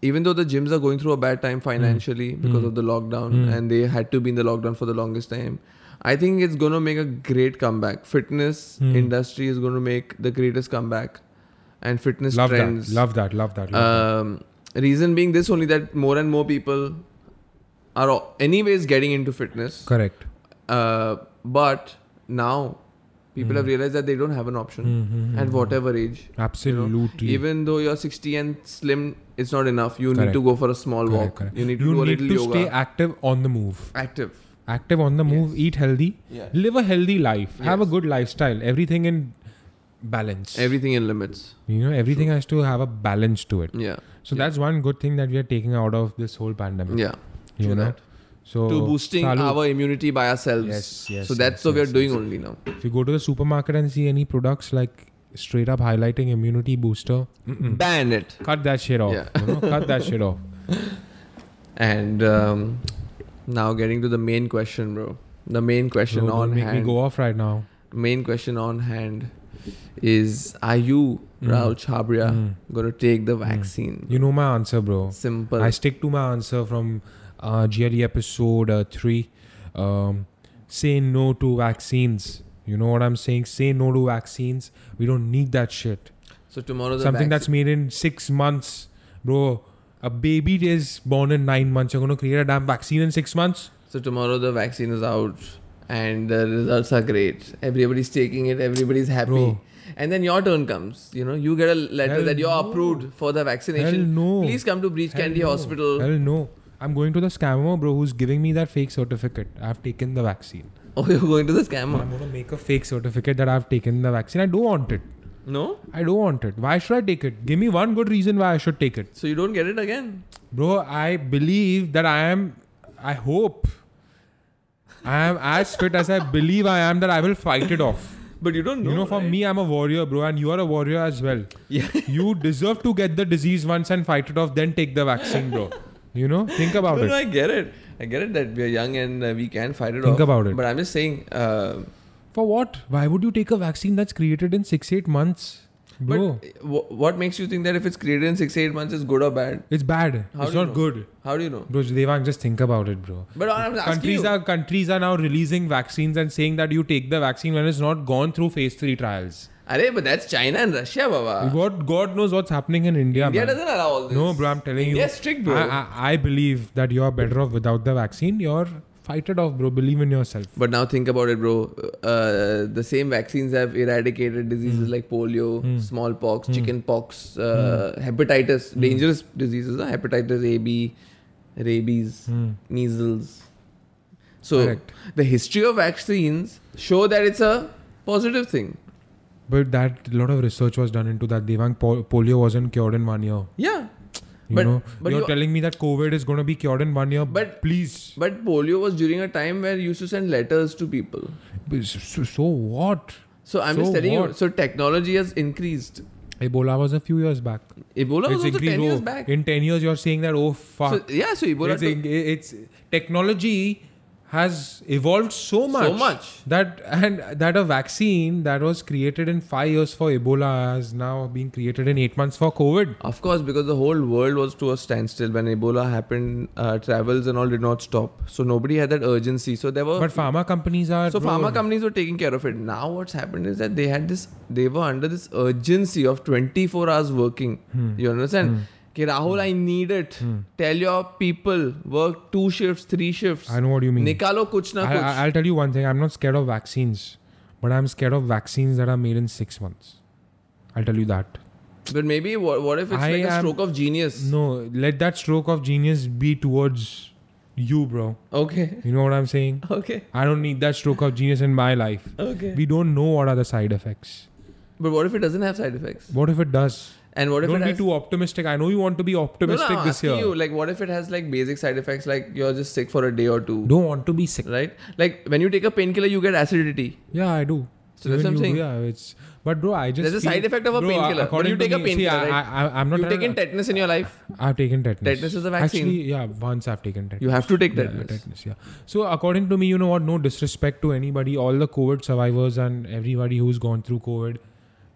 S1: even though the gyms are going through a bad time financially
S2: Hmm.
S1: because of the lockdown
S2: Mm.
S1: and they had to be in the lockdown for the longest time, I think it's going to make a great comeback. Fitness
S2: Mm.
S1: industry is going to make the greatest comeback and fitness
S2: love
S1: trends.
S2: that, love that, love that. Love that.
S1: um, reason being this only that more and more people are o- anyways getting into fitness.
S2: Correct. Hmm.
S1: Uh, but now people have realized that they don't have an option
S2: Mhm.
S1: at whatever age.
S2: Absolutely.
S1: Even though you're 60 and slim, it's not enough. You need
S2: Correct.
S1: to go for a small
S2: Correct,
S1: walk.
S2: correct.
S1: You need to
S2: you
S1: do a
S2: need
S1: little
S2: to
S1: yoga.
S2: stay active on the move.
S1: active.
S2: Active on the move. Eat healthy.
S1: Yeah.
S2: Live a healthy life. Have a
S1: Yes.
S2: good lifestyle. Everything in balance.
S1: Everything in limits.
S2: you know, everything has to have a balance to it.
S1: Yeah.
S2: So that's one good thing that we are taking out of this whole pandemic.
S1: Yeah.
S2: you
S1: true
S2: know.
S1: that.
S2: So
S1: to boosting
S2: salut.
S1: our immunity by ourselves.
S2: Yes, yes,
S1: so that's
S2: yes,
S1: what we're
S2: yes,
S1: doing
S2: yes.
S1: only now.
S2: if you go to the supermarket and see any products like straight up highlighting immunity booster, mm-mm.
S1: Ban it.
S2: cut that shit off.
S1: Yeah.
S2: You know? cut that shit off.
S1: And um, Now getting to the main question, bro. The main question
S2: Bro,
S1: on
S2: don't make
S1: hand.
S2: me go off right now.
S1: Main question on hand is: Are you
S2: Mm.
S1: Rahul Chabria
S2: Mm.
S1: gonna take the vaccine?
S2: You know my answer, bro.
S1: Simple.
S2: I stick to my answer from uh, GLE episode uh, 3. Um, say no to vaccines. You know what I'm saying? Say no to vaccines. We don't need that shit.
S1: so tomorrow the
S2: Something that's
S1: vaccine-
S2: made in six months, bro. A baby is born in nine months. You're going to create a damn vaccine in six months?
S1: so tomorrow the vaccine is out and the results are great. Everybody's taking it. Everybody's happy.
S2: Bro.
S1: And then your turn comes. You know, you get a letter
S2: Hell
S1: that you're
S2: no.
S1: approved for the
S2: Hell
S1: vaccination.
S2: no.
S1: Please come to Breach
S2: Hell
S1: Candy
S2: no.
S1: Hospital.
S2: Hell no. I'm going to the scammer, bro, who's giving me that fake certificate. I've taken the vaccine.
S1: Oh, you're going to the scammer.
S2: I'm going to make a fake certificate that I've taken the vaccine. I don't want it.
S1: No?
S2: I don't want it. Why should I take it? Give me one good reason why I should take it.
S1: So you don't get it again?
S2: Bro, I believe that I am, I hope, I am as fit as I believe I am that I will fight it off.
S1: But you don't know.
S2: you know, for
S1: right?
S2: me, I'm a warrior, bro, and you are a warrior as well.
S1: Yeah.
S2: You deserve to get the disease once and fight it off, then take the vaccine, bro. You know, think about
S1: No,
S2: it.
S1: no, I get it. I get it that we are young and uh, we can fight it off.
S2: Think about it.
S1: But I'm just saying, uh,
S2: For what? Why would you take a vaccine that's created in six, eight months?
S1: but
S2: Bro,
S1: w- what makes you think that if it's created in six, eight months, it's good or bad?
S2: it's bad.
S1: How
S2: it's
S1: do you
S2: not
S1: know?
S2: good.
S1: How do you know?
S2: Bro, Devang, just think about it, bro.
S1: But I'm asking
S2: countries
S1: you.
S2: are countries are now releasing vaccines and saying that you take the vaccine when it's not gone through phase three trials.
S1: Arey, but that's China and Russia, Baba.
S2: What God knows what's happening in India.
S1: Uh. India
S2: man.
S1: doesn't allow all this.
S2: No, bro, I'm telling
S1: India
S2: you.
S1: is strict, bro.
S2: I, I, I believe that you're better off without the vaccine. You're fight it off, bro. Believe in yourself.
S1: But now think about it, bro. Uh, the same vaccines have eradicated diseases
S2: Hmm.
S1: like polio, smallpox, chickenpox, uh,
S2: Hmm.
S1: hepatitis, dangerous diseases, uh, hepatitis A, B, rabies, measles. So
S2: Hmm. Correct.
S1: the history of vaccines show that it's a positive thing.
S2: But that a lot of research was done into that. Devang pol- polio wasn't cured in one year.
S1: Yeah,
S2: You
S1: But-
S2: know,
S1: but
S2: you're
S1: you-
S2: telling me that COVID is going to be cured in one year.
S1: But-
S2: please,
S1: but polio was during a time where you used to send letters to people.
S2: so, so what?
S1: So I'm
S2: So
S1: just telling you.
S2: what?
S1: So technology has increased.
S2: Ebola was a few years back.
S1: Ebola was also
S2: it's increased.
S1: ten years
S2: oh,
S1: back.
S2: In 10 years, you're saying that, oh, fuck.
S1: So, yeah, so Ebola.
S2: it's, it's technology has evolved so much,
S1: much.
S2: that and that a vaccine that was created in five years for Ebola has now been created in eight months for COVID.
S1: Of course, because the whole world was to a standstill when Ebola happened. Uh, travels and all did not stop, so nobody had that urgency. So there were
S2: But pharma companies are
S1: Uh, so
S2: bro,
S1: pharma companies were taking care of it. Now what's happened is that they had this. They were under this urgency of 24 hours working.
S2: Hmm.
S1: You understand? Okay, Rahul, I need it. Tell your people work two shifts, three shifts.
S2: I know what you mean.
S1: Nikalo kuch na
S2: I,
S1: kuch.
S2: I, will tell you one thing. I'm not scared of vaccines, but I'm scared of vaccines that are made in six months. I'll tell you that.
S1: but maybe what, what if it's
S2: I
S1: like a
S2: am-
S1: stroke of genius?
S2: No, let that stroke of genius be towards you, bro.
S1: Okay.
S2: You know what I'm saying?
S1: Okay.
S2: I don't need that stroke of genius in my life.
S1: Okay.
S2: We don't know what are the side effects.
S1: But what if it doesn't have side effects?
S2: What if it does?
S1: And what if
S2: Don't
S1: it
S2: be
S1: has
S2: too optimistic. I know you want to be optimistic
S1: no, no, I'm
S2: this
S1: asking
S2: year.
S1: You, like, what if it has like basic side effects, like you're just sick for a day or two,
S2: Don't want to be sick.
S1: right? Like when you take a painkiller, you get acidity.
S2: Yeah, I do.
S1: So that's
S2: Even
S1: what I'm
S2: you-
S1: saying.
S2: Yeah, it's but bro, I just
S1: There's a
S2: feel-
S1: side effect of a
S2: Bro,
S1: painkiller. But
S2: according
S1: you
S2: to
S1: take a
S2: me- see, I-
S1: painkiller,
S2: I, I, am not.
S1: You've
S2: trying to-
S1: taken tetanus in your life.
S2: I've taken tetanus.
S1: Tetanus is a vaccine.
S2: Actually, yeah, once I've taken tetanus.
S1: You have to take
S2: Yeah,
S1: tetanus.
S2: yeah. So according to me, you know what? No disrespect to anybody, all the COVID survivors and everybody who's gone through COVID.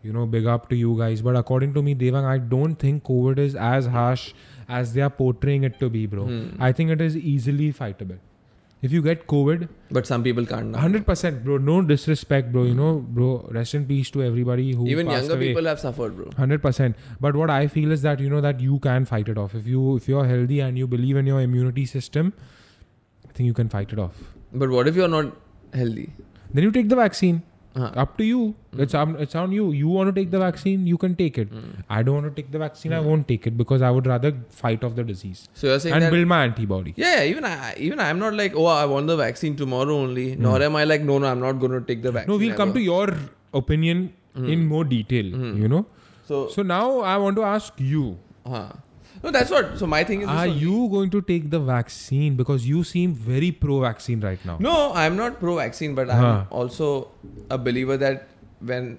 S2: You know, big up to you guys. But according to me, Devang, I don't think COVID is as harsh as they are portraying it to be, bro.
S1: Hmm.
S2: I think it is easily fightable. If you get COVID,
S1: But some people can't. Now.
S2: hundred percent, bro. No disrespect, bro. You know, bro. Rest in peace to everybody who
S1: Hmm. Even
S2: passed
S1: younger
S2: away
S1: people have suffered, bro.
S2: hundred percent. But what I feel is that you know that you can fight it off if you if you're healthy and you believe in your immunity system. I think you can fight it off.
S1: But what if you're not healthy?
S2: Then you take the vaccine.
S1: Huh.
S2: Up to you.
S1: Mm.
S2: It's on it's on you. You want to take the vaccine, you can take it.
S1: Mm.
S2: I don't want to take the vaccine. I won't take it because I would rather fight off the disease
S1: So you're saying
S2: and
S1: that.
S2: build my antibody.
S1: yeah, yeah, even I, even I'm not like, oh, I want the vaccine tomorrow only. Nor am I like, no, no, I'm not going to take the vaccine.
S2: Hmm. No, we'll come to your opinion
S1: Mm.
S2: in more detail. You know.
S1: So,
S2: So now I want to ask you.
S1: huh. no, that's what. So my thing is. this
S2: Are
S1: only.
S2: you going to take the vaccine? Because you seem very pro vaccine right now.
S1: No, I'm not pro vaccine, but I'm
S2: Huh.
S1: also a believer that when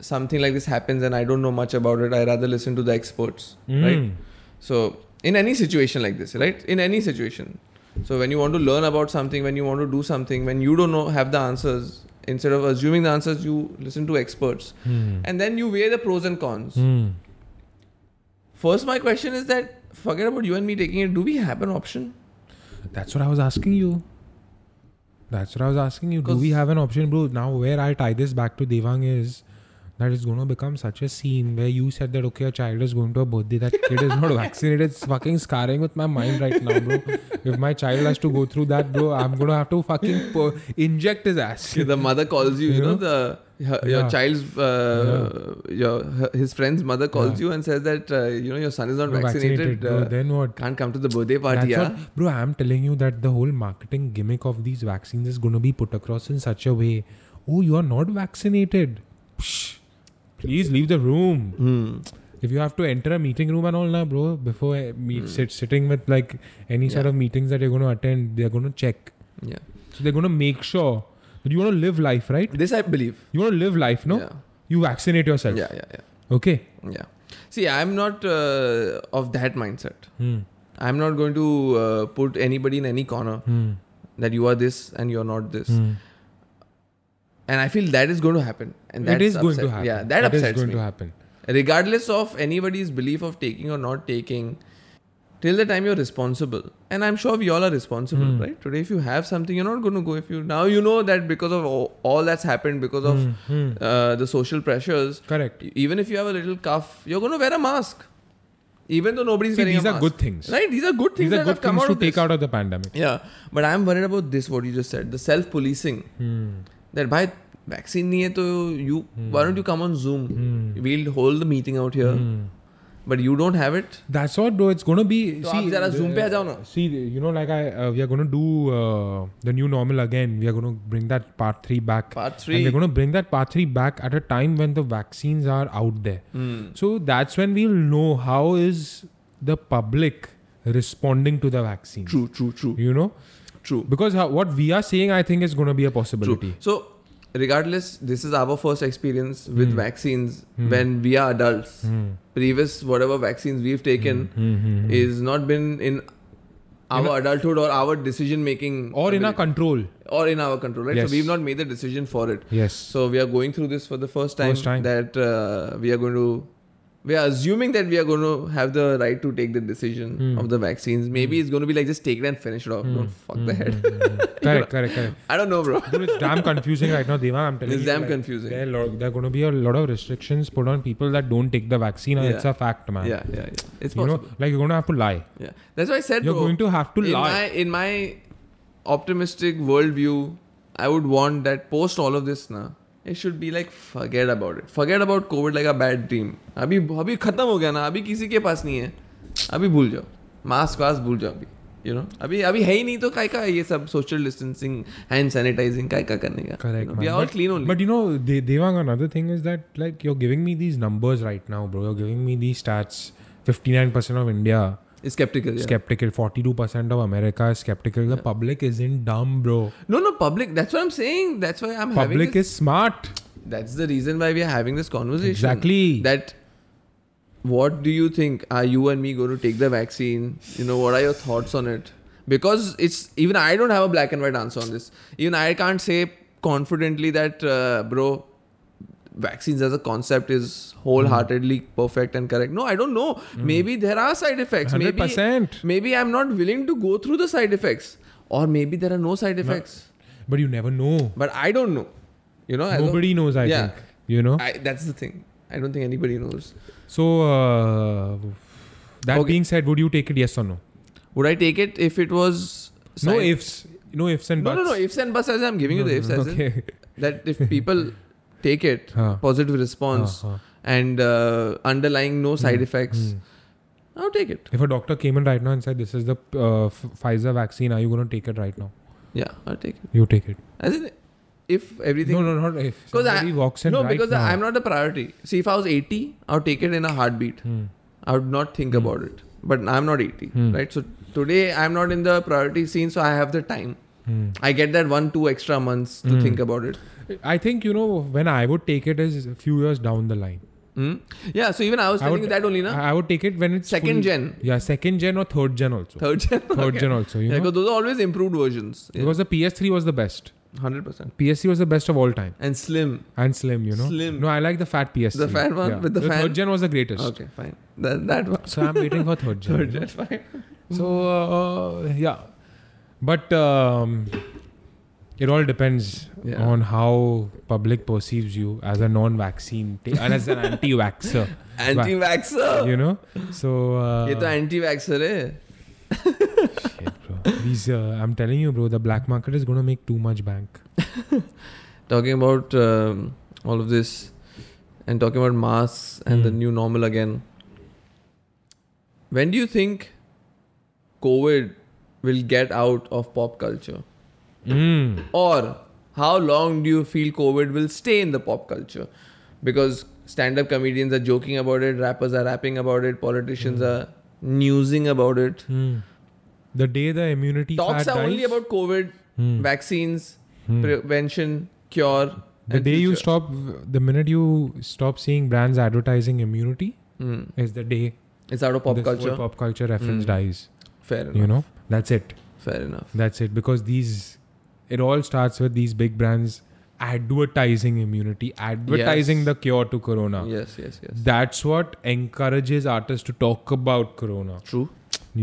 S1: something like this happens and I don't know much about it, I rather listen to the experts, right?
S2: Mm.
S1: So, in any situation like this, right? In any situation. So when you want to learn about something, when you want to do something, when you don't know have the answers, instead of assuming the answers, you listen to experts, and then you weigh the pros and cons.
S2: Hmm.
S1: First, my question is that forget about you and me taking it. Do we have an option?
S2: That's what I was asking you. That's what I was asking you. Do
S1: 'Cause-
S2: we have an option, bro? Now, where I tie this back to Devang is that it's going to become such a scene where you said that, okay, a child is going to a birthday. That kid is not vaccinated. It's fucking scarring with my mind right now, bro. If my child has to go through that, bro, I'm going to have to fucking per- inject his ass.
S1: Okay, the mother calls you. You
S2: You
S1: know
S2: know?
S1: the her, your
S2: Yeah.
S1: child's uh, your her, his friend's mother calls
S2: Yeah.
S1: you and says that uh, you know your son is not
S2: Bro,
S1: vaccinated.
S2: bro,
S1: uh,
S2: then what?
S1: can't come to the birthday
S2: That's
S1: party. Yeah.
S2: what, bro, I'm telling you that the whole marketing gimmick of these vaccines is going to be put across in such a way. Oh, you are not vaccinated. Psh, please leave the room.
S1: Hmm.
S2: If you have to enter a meeting room and all, now, bro, before eh, meet, sit, sitting with like any sort
S1: Hmm. Yeah.
S2: of meetings that you're going to attend, they're going to check.
S1: Yeah.
S2: So they're going to make sure that you want to live life, right?
S1: This I believe.
S2: You want to live life, no?
S1: Yeah.
S2: You vaccinate yourself.
S1: Yeah. Yeah. Yeah.
S2: Okay.
S1: Yeah. See, I'm not uh, of that mindset.
S2: Hmm.
S1: I'm not going to uh, put anybody in any corner
S2: Hmm.
S1: that you are this and you're not this.
S2: Hmm.
S1: And I feel that is going to happen. And
S2: It
S1: that's
S2: is going to
S1: upset-
S2: happen.
S1: Yeah, that
S2: It is
S1: upsets
S2: going
S1: me.
S2: to happen.
S1: Regardless of anybody's belief of taking or not taking, till the time you're responsible. And I'm sure we all are responsible,
S2: Hmm.
S1: right? Today, if you have something, you're not going to go. If you now you know that because of all, all that's happened, because of
S2: Hmm. Hmm.
S1: uh, the social pressures,
S2: Correct.
S1: even if you have a little cough, you're going to wear a mask. Even though nobody's
S2: See,
S1: wearing
S2: these
S1: a
S2: are
S1: mask.
S2: good things.
S1: Right? These are good things
S2: These are
S1: that
S2: good
S1: have come
S2: things
S1: out
S2: to
S1: of this.
S2: take out of the pandemic.
S1: Yeah. But I'm worried about this, what you just said. The self policing. That by vaccine nahi hai, to you
S2: Hmm.
S1: why don't you come on Zoom? We'll hold the meeting out here.
S2: Hmm.
S1: But you don't have it.
S2: That's all, bro. It's gonna be.
S1: तो आप जरा Zoom पे आ जाओ ना।
S2: See, you know, like I, uh, we are gonna do uh, the new normal again. We are gonna bring that part three back.
S1: Part
S2: And
S1: three.
S2: we're gonna bring that part three back at a time when the vaccines are out there.
S1: Hmm.
S2: So that's when we'll know how is the public responding to the vaccine.
S1: True, true, true.
S2: You know,
S1: True.
S2: because how, what we are saying, I think, is gonna be a possibility.
S1: True. So, regardless, this is our first experience with
S2: Hmm.
S1: vaccines when we are adults. Previous whatever vaccines we've taken
S2: Hmm.
S1: is not been in our adulthood or our decision making
S2: Or in our control.
S1: or in our control, right?
S2: Yes.
S1: So we've not made the decision for it.
S2: Yes.
S1: So we are going through this for the first time,
S2: First time.
S1: that uh, we are going to. We are assuming that we are going to have the right to take the decision
S2: Hmm.
S1: of the vaccines. Maybe it's going to be like just take it and finish it off. Don't fuck
S2: Hmm,
S1: the head.
S2: correct. Correct. Correct.
S1: I don't know, bro.
S2: Dude, it's damn confusing right now, Deva. I'm telling
S1: It's
S2: you.
S1: damn
S2: like,
S1: confusing.
S2: There, lo- there are going to be a lot of restrictions put on people that don't take the vaccine. and
S1: Yeah.
S2: It's a fact, man.
S1: Yeah, yeah, yeah. It's
S2: You
S1: possible.
S2: know, like you're going to have to lie.
S1: yeah, that's why I said
S2: You're
S1: bro,
S2: going to have to
S1: in
S2: lie.
S1: My, in my optimistic worldview, I would want that post all of this na. It should be like forget about it. Forget about COVID like a bad dream. अभी अभी खत्म हो गया ना अभी किसी के पास नहीं है अभी भूल जाओ मास्क वास्क भूल जाओ अभी यू नो अभी अभी है ही नहीं तो काय का ये सब सोशल डिस्टेंसिंग हैंड सैनिटाइजिंग काय का करने का
S2: Correct.
S1: We
S2: man.
S1: Are all
S2: But-
S1: clean only
S2: But you know, De- Devang, another thing is that like you're giving me these numbers right now, bro. You're giving me these stats. 59% of India
S1: sceptical
S2: skeptical. 42% of America is skeptical. The public isn't dumb, bro.
S1: No no public that's what I am saying that's why I am having
S2: Public is smart.
S1: That's the reason why we are having this conversation.
S2: Exactly.
S1: That what do you think? Are you and me going to take the vaccine? You know, what are your thoughts on it? Because it's even I don't have a black and white answer on this. Even I can't say confidently that, uh, bro, vaccines as a concept is wholeheartedly
S2: Hmm.
S1: perfect and correct. No, I don't know. Maybe there are side effects. Maybe
S2: 100%.
S1: maybe I'm not willing to go through the side effects, or maybe there are no side effects.
S2: But you never know.
S1: But I don't know. You know, as of-
S2: Nobody knows, I
S1: Yeah.
S2: think. You know?
S1: I, that's the thing. I don't think anybody knows.
S2: So, uh, that
S1: Okay.
S2: being said, would you take it yes or no?
S1: Would I take it if it was
S2: No
S1: science-
S2: ifs, no ifs and
S1: No,
S2: buts.
S1: no, no. Ifs and buts. As in, I'm giving you the ifs. As in,
S2: Okay.
S1: that if people take it,
S2: Huh.
S1: positive response
S2: Uh-huh. Hmm,
S1: and uh, underlying no side effects, I'll take it.
S2: If a doctor came in right now and said, "This is the uh, F- Pfizer vaccine," are you going to take it right now?
S1: Yeah, I'll take it.
S2: You take it.
S1: As in, if everything.
S2: No, no, not if.
S1: 'Cause I-
S2: Somebody walks in
S1: no,
S2: right
S1: because
S2: now.
S1: I'm not the priority. See, if I was 80, I'll take it in a heartbeat.
S2: Hmm,
S1: I would not think about it. But I'm not 80, right? So today I'm not in the priority scene, so I have the time.
S2: hmm.
S1: I get that one, two extra months to think about it.
S2: I think you know when I would take it is a few years down the line.
S1: Hmm? Yeah, so even I was
S2: I
S1: telling
S2: would-
S1: you that only, na?
S2: I would take it when it's
S1: Second
S2: full-
S1: gen.
S2: Yeah, second gen or third gen also.
S1: Third gen.
S2: Third
S1: Okay.
S2: gen also. You
S1: Yeah,
S2: know,
S1: because those are always improved versions. Yeah.
S2: because the PS3 was the best.
S1: 100%.
S2: PS3 was the best of all time.
S1: And slim.
S2: And slim, you know.
S1: Slim.
S2: No, I like the fat PS3.
S1: The fat one with the fan?
S2: third gen was the greatest.
S1: Okay, fine. That, that one.
S2: So I'm waiting for third gen.
S1: Third gen, fine.
S2: So uh, uh, yeah, but um, it all depends
S1: Yeah.
S2: on how public perceives you as a non-vaccine ta- and as an anti-vaxer.
S1: Anti-vaxxer.
S2: You know, so uh,
S1: ये तो anti-vaxxer है.
S2: shit, bro. These, uh, I'm telling you, bro, the black market is gonna make too much bank.
S1: Talking about um, all of this and talking about masks and the
S2: Hmm.
S1: new normal again. When do you think COVID will get out of pop culture?
S2: Mm.
S1: or how long do you feel covid will stay in the pop culture because stand-up comedians are joking about it rappers are rapping about it
S2: Hmm.
S1: politicians are newsing about it
S2: Mm. The day the immunity
S1: talks
S2: fad
S1: are only
S2: dies,
S1: about covid
S2: Hmm.
S1: vaccines
S2: Hmm.
S1: prevention cure
S2: the
S1: and
S2: day you
S1: future.
S2: stop, the minute you stop seeing brands advertising immunity,
S1: Hmm.
S2: is the day
S1: it's out of pop
S2: this whole
S1: culture
S2: pop culture reference
S1: Mm.
S2: dies.
S1: fair enough
S2: You know, that's it.
S1: fair enough
S2: That's it. Because these, it all starts with these big brands advertising immunity, advertising
S1: Yes.
S2: the cure to corona.
S1: yes yes yes
S2: That's what encourages artists to talk about corona.
S1: true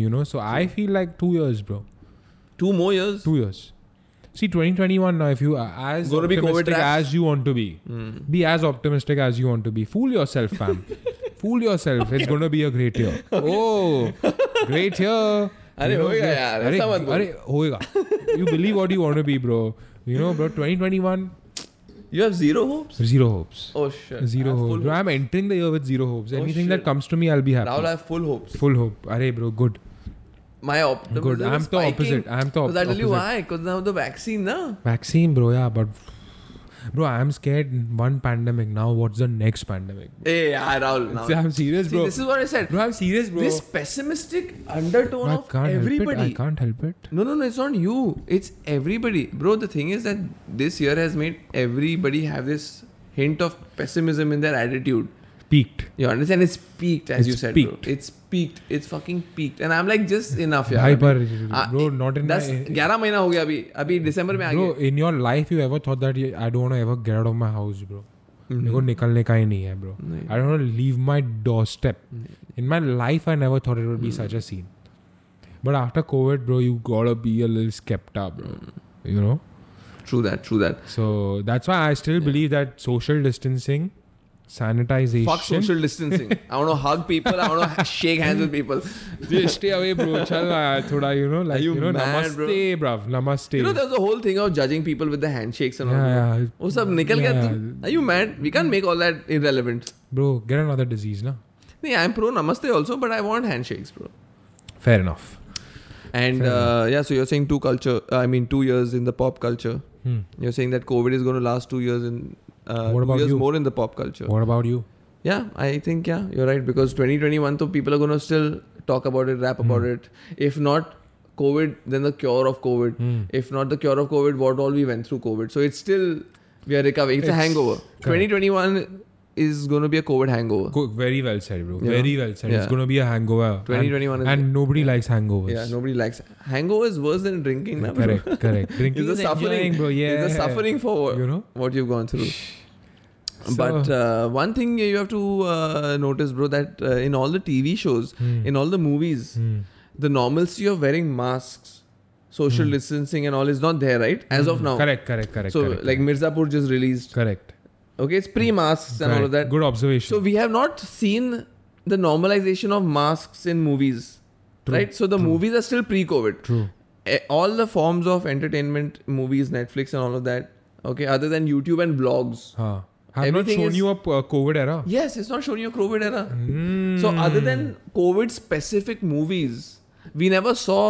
S2: You know, so I feel like two years, bro.
S1: two more years
S2: Two years. See, 2021 now, if you are as
S1: Gonna be COVID
S2: optimistic
S1: raps.
S2: as you want to be,
S1: Hmm.
S2: be as optimistic as you want to be. Fool yourself, fam. Fool yourself. It's going to be a great year. Oh, great year.
S1: अरे होएगा यार,
S2: अरे,
S1: ऐसा मत बोल।
S2: अरे होएगा. You believe what you want to be, bro. You know, bro, 2021,
S1: you have zero hopes
S2: zero hopes.
S1: oh shit I
S2: Zero
S1: have
S2: hopes.
S1: full
S2: Bro, I'm entering the year with zero hopes.
S1: Oh,
S2: Anything
S1: shit.
S2: that comes to me, I'll be happy.
S1: now i have full hopes
S2: Full hope. Arey, bro, good.
S1: my optimism
S2: Good.
S1: is
S2: I'm the
S1: spiking.
S2: opposite. I'm the
S1: because i tell you why
S2: opposite.
S1: because now the vaccine na
S2: Vaccine, bro, yeah, but. Bro, I'm scared. One pandemic. Now, what's the next pandemic?
S1: Hey, yeah, Rahul. Now.
S2: See, I'm serious,
S1: See,
S2: bro.
S1: this is what I said.
S2: bro, I'm serious, bro.
S1: This pessimistic undertone
S2: Bro, I
S1: of
S2: can't
S1: everybody.
S2: help it. I can't help it.
S1: No, no, no. It's not you. It's everybody, bro. The thing is that this year has made everybody have this hint of pessimism in their attitude.
S2: Peaked.
S1: You understand? It's peaked, as
S2: It's
S1: you said,
S2: peaked.
S1: bro. It's peaked. It's fucking peaked. And I'm like, just enough, yeah.
S2: Hyper, bro,
S1: uh-
S2: not in
S1: दस
S2: my.
S1: ग्यारह महीना हो गया अभी अभी दिसंबर में आ
S2: Bro,
S1: गया
S2: in your life, you ever thought that you- I don't want to ever get out of my house, bro. मेरे को निकलने का ही नहीं है bro.
S1: Mm-hmm. नहीं।
S2: I don't want to leave my doorstep. In my life, I never thought it would be
S1: Mm-hmm.
S2: such a scene. But after COVID, bro, you gotta be a little skepta, bro.
S1: Mm.
S2: You know.
S1: True that, true that.
S2: So that's why I still believe that social distancing, sanitization.
S1: Fuck social distancing. I want to hug people. I want to shake hands with people.
S2: Dude, stay away, bro. Chal, uh, thoda, you know, like
S1: you
S2: you, know,
S1: mad, bro?
S2: namaste, bruv. Namaste.
S1: You know, there's a whole thing of judging people with the handshakes and all
S2: Yeah,
S1: that.
S2: yeah.
S1: वो सब निकल गया
S2: Yeah,
S1: तुम
S2: yeah.
S1: are you mad we can't make all that irrelevant
S2: bro, get another disease, na?
S1: nahi i'm pro namaste also but i want handshakes bro
S2: Fair enough.
S1: and uh, yeah so you're saying two culture i mean two years in the pop culture
S2: Hmm.
S1: you're saying that covid is going to last two years in uh,
S2: What
S1: two
S2: about
S1: years
S2: you?
S1: more in the pop culture
S2: What about you?
S1: yeah i think yeah you're right because 2021 so people are going to still talk about it rap about
S2: Hmm.
S1: it if not covid then the cure of covid if not the cure of covid what all we went through covid so it's still we are recovering it's, a
S2: It's-
S1: hangover 2021 is going to be a covid hangover
S2: Go, very well said, bro.
S1: Yeah.
S2: Very well said. It's
S1: Yeah.
S2: gonna be a hangover.
S1: 2021
S2: and,
S1: is-
S2: and nobody likes hangovers.
S1: yeah nobody likes hangover is worse than drinking na, bro.
S2: correct, correct. Drinking
S1: it's a
S2: and
S1: suffering
S2: enjoying, bro. Yeah,
S1: it's a suffering for what,
S2: You know.
S1: what you've gone through
S2: So-
S1: but uh, one thing you have to uh, notice bro that uh, in all the tv shows
S2: Hmm.
S1: in all the movies
S2: Hmm.
S1: the normalcy of wearing masks, social distancing, and all is not there, right? As of now.
S2: Hmm. Correct, correct, correct.
S1: So,
S2: correct,
S1: like Mirzapur just released.
S2: correct.
S1: Okay, it's pre masks and all of
S2: Correct.
S1: that.
S2: Good observation.
S1: So, we have not seen the normalization of masks in movies,
S2: True,
S1: right? So, the movies are still pre COVID.
S2: True.
S1: All the forms of entertainment, movies, Netflix, and all of that, okay, other than YouTube and blogs.
S2: Huh. I've not
S1: Everything
S2: shown
S1: is-
S2: you a uh, COVID era.
S1: Yes, it's not showing you COVID era.
S2: Hmm.
S1: So other than COVID specific movies, we never saw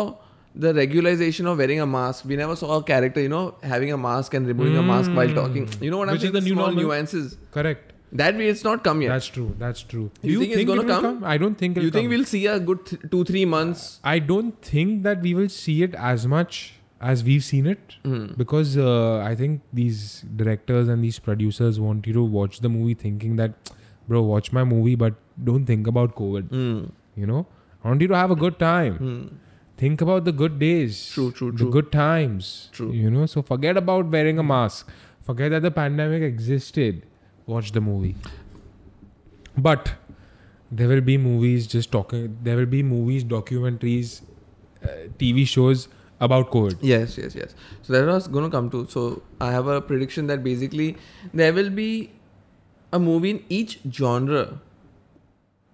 S1: the regularization of wearing a mask. We never saw a character, you know, having a mask and removing a mask while talking. You know what I'm
S2: Hmm. Which is
S1: saying?
S2: the new
S1: Small
S2: normal.
S1: nuances.
S2: correct.
S1: That way, it's not come yet.
S2: That's true. That's true.
S1: You think it's gonna
S2: it will
S1: come?
S2: I don't think it'll
S1: you think
S2: come.
S1: we'll see a good th- two three months?
S2: I don't think that we will see it as much as we've seen it
S1: Hmm.
S2: because uh, I think these directors and these producers want you to watch the movie thinking that bro, watch my movie, but don't think about COVID.
S1: Mm.
S2: You know, I want you to have a good time.
S1: Mm.
S2: Think about the good days.
S1: True, true,
S2: The
S1: true.
S2: good times.
S1: True.
S2: You know, so forget about wearing a mask. Forget that the pandemic existed. Watch the movie. But there will be movies just talking. There will be movies, documentaries, uh, TV shows about COVID.
S1: Yes, yes, yes. So that was going to come to. So I have a prediction that basically there will be a movie in each genre,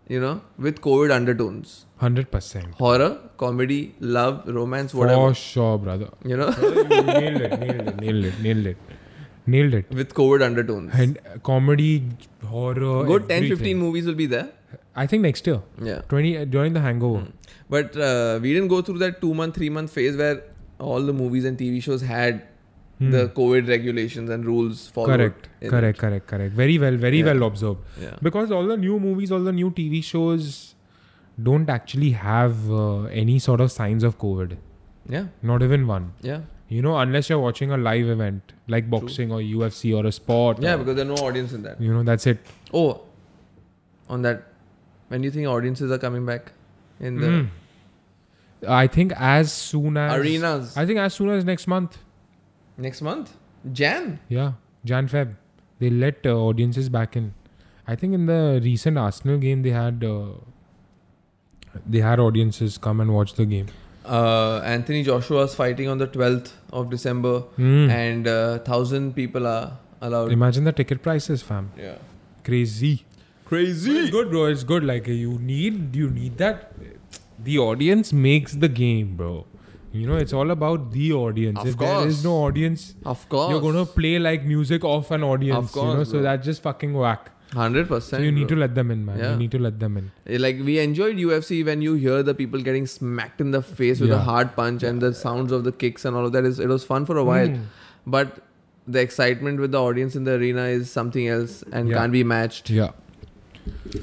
S1: you know, with COVID undertones
S2: Hundred percent.
S1: horror, comedy, love, romance,
S2: For
S1: whatever.
S2: sure, brother.
S1: You know,
S2: nailed it. Nailed it. Nailed it. Nailed it. Nailed it.
S1: with COVID undertones.
S2: And uh, comedy, horror.
S1: Good 10 15
S2: everything.
S1: movies will be there.
S2: I think next year.
S1: Yeah.
S2: 20 uh, during the hangover
S1: Hmm, But uh, we didn't go through that two month, three month phase where all the movies and TV shows had the COVID regulations and rules followed.
S2: Hmm. correct
S1: in it.
S2: correct correct correct very well very
S1: Yeah.
S2: well observed
S1: Yeah.
S2: because all the new movies all the new tv shows don't actually have uh, any sort of signs of covid
S1: Yeah.
S2: not even one
S1: Yeah.
S2: you know unless you're watching a live event like boxing or ufc or a sport
S1: Yeah,
S2: or-
S1: because there's no audience in that.
S2: you know that's it
S1: Oh, on that, when do you think audiences are coming back in the
S2: Mm. i think as soon as
S1: arenas
S2: i think as soon as next month
S1: next month? Jan.
S2: Yeah, Jan Feb. They let uh, audiences back in. I think in the recent Arsenal game, they had uh, they had audiences come and watch the game.
S1: Uh, Anthony Joshua's fighting on the 12th of December, and uh, thousand people are allowed.
S2: Imagine the ticket prices, fam.
S1: yeah,
S2: Crazy. It's
S1: crazy.
S2: good, bro. It's good. Like uh, you need you need that. The audience makes the game, bro. You know, it's all about the audience.
S1: Of
S2: if there is
S1: course.
S2: no audience,
S1: Of course,
S2: you're gonna play like music off an audience. you know,
S1: course,
S2: so
S1: bro.
S2: that's just fucking whack.
S1: hundred
S2: So
S1: percent.
S2: you need to let them in, man. You
S1: Yeah.
S2: need to let them in.
S1: Eh, like we enjoyed UFC when you hear the people getting smacked in the face with a
S2: Yeah. Hmm.
S1: hard punch and the sounds of the kicks and all of that is it was fun for a while, but the excitement with the audience in the arena is something else and
S2: Yeah.
S1: can't be matched.
S2: Yeah.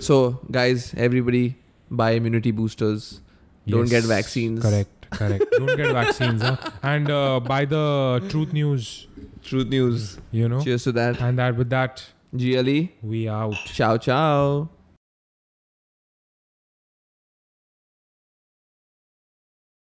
S1: So, guys, everybody buy immunity boosters. Don't get
S2: Yes,
S1: vaccines.
S2: Correct, correct. Don't get vaccines. Huh? And uh, by the truth news,
S1: Truth News.
S2: you know.
S1: Cheers to that.
S2: And that with that,
S1: GLE.
S2: we out.
S1: Ciao, ciao.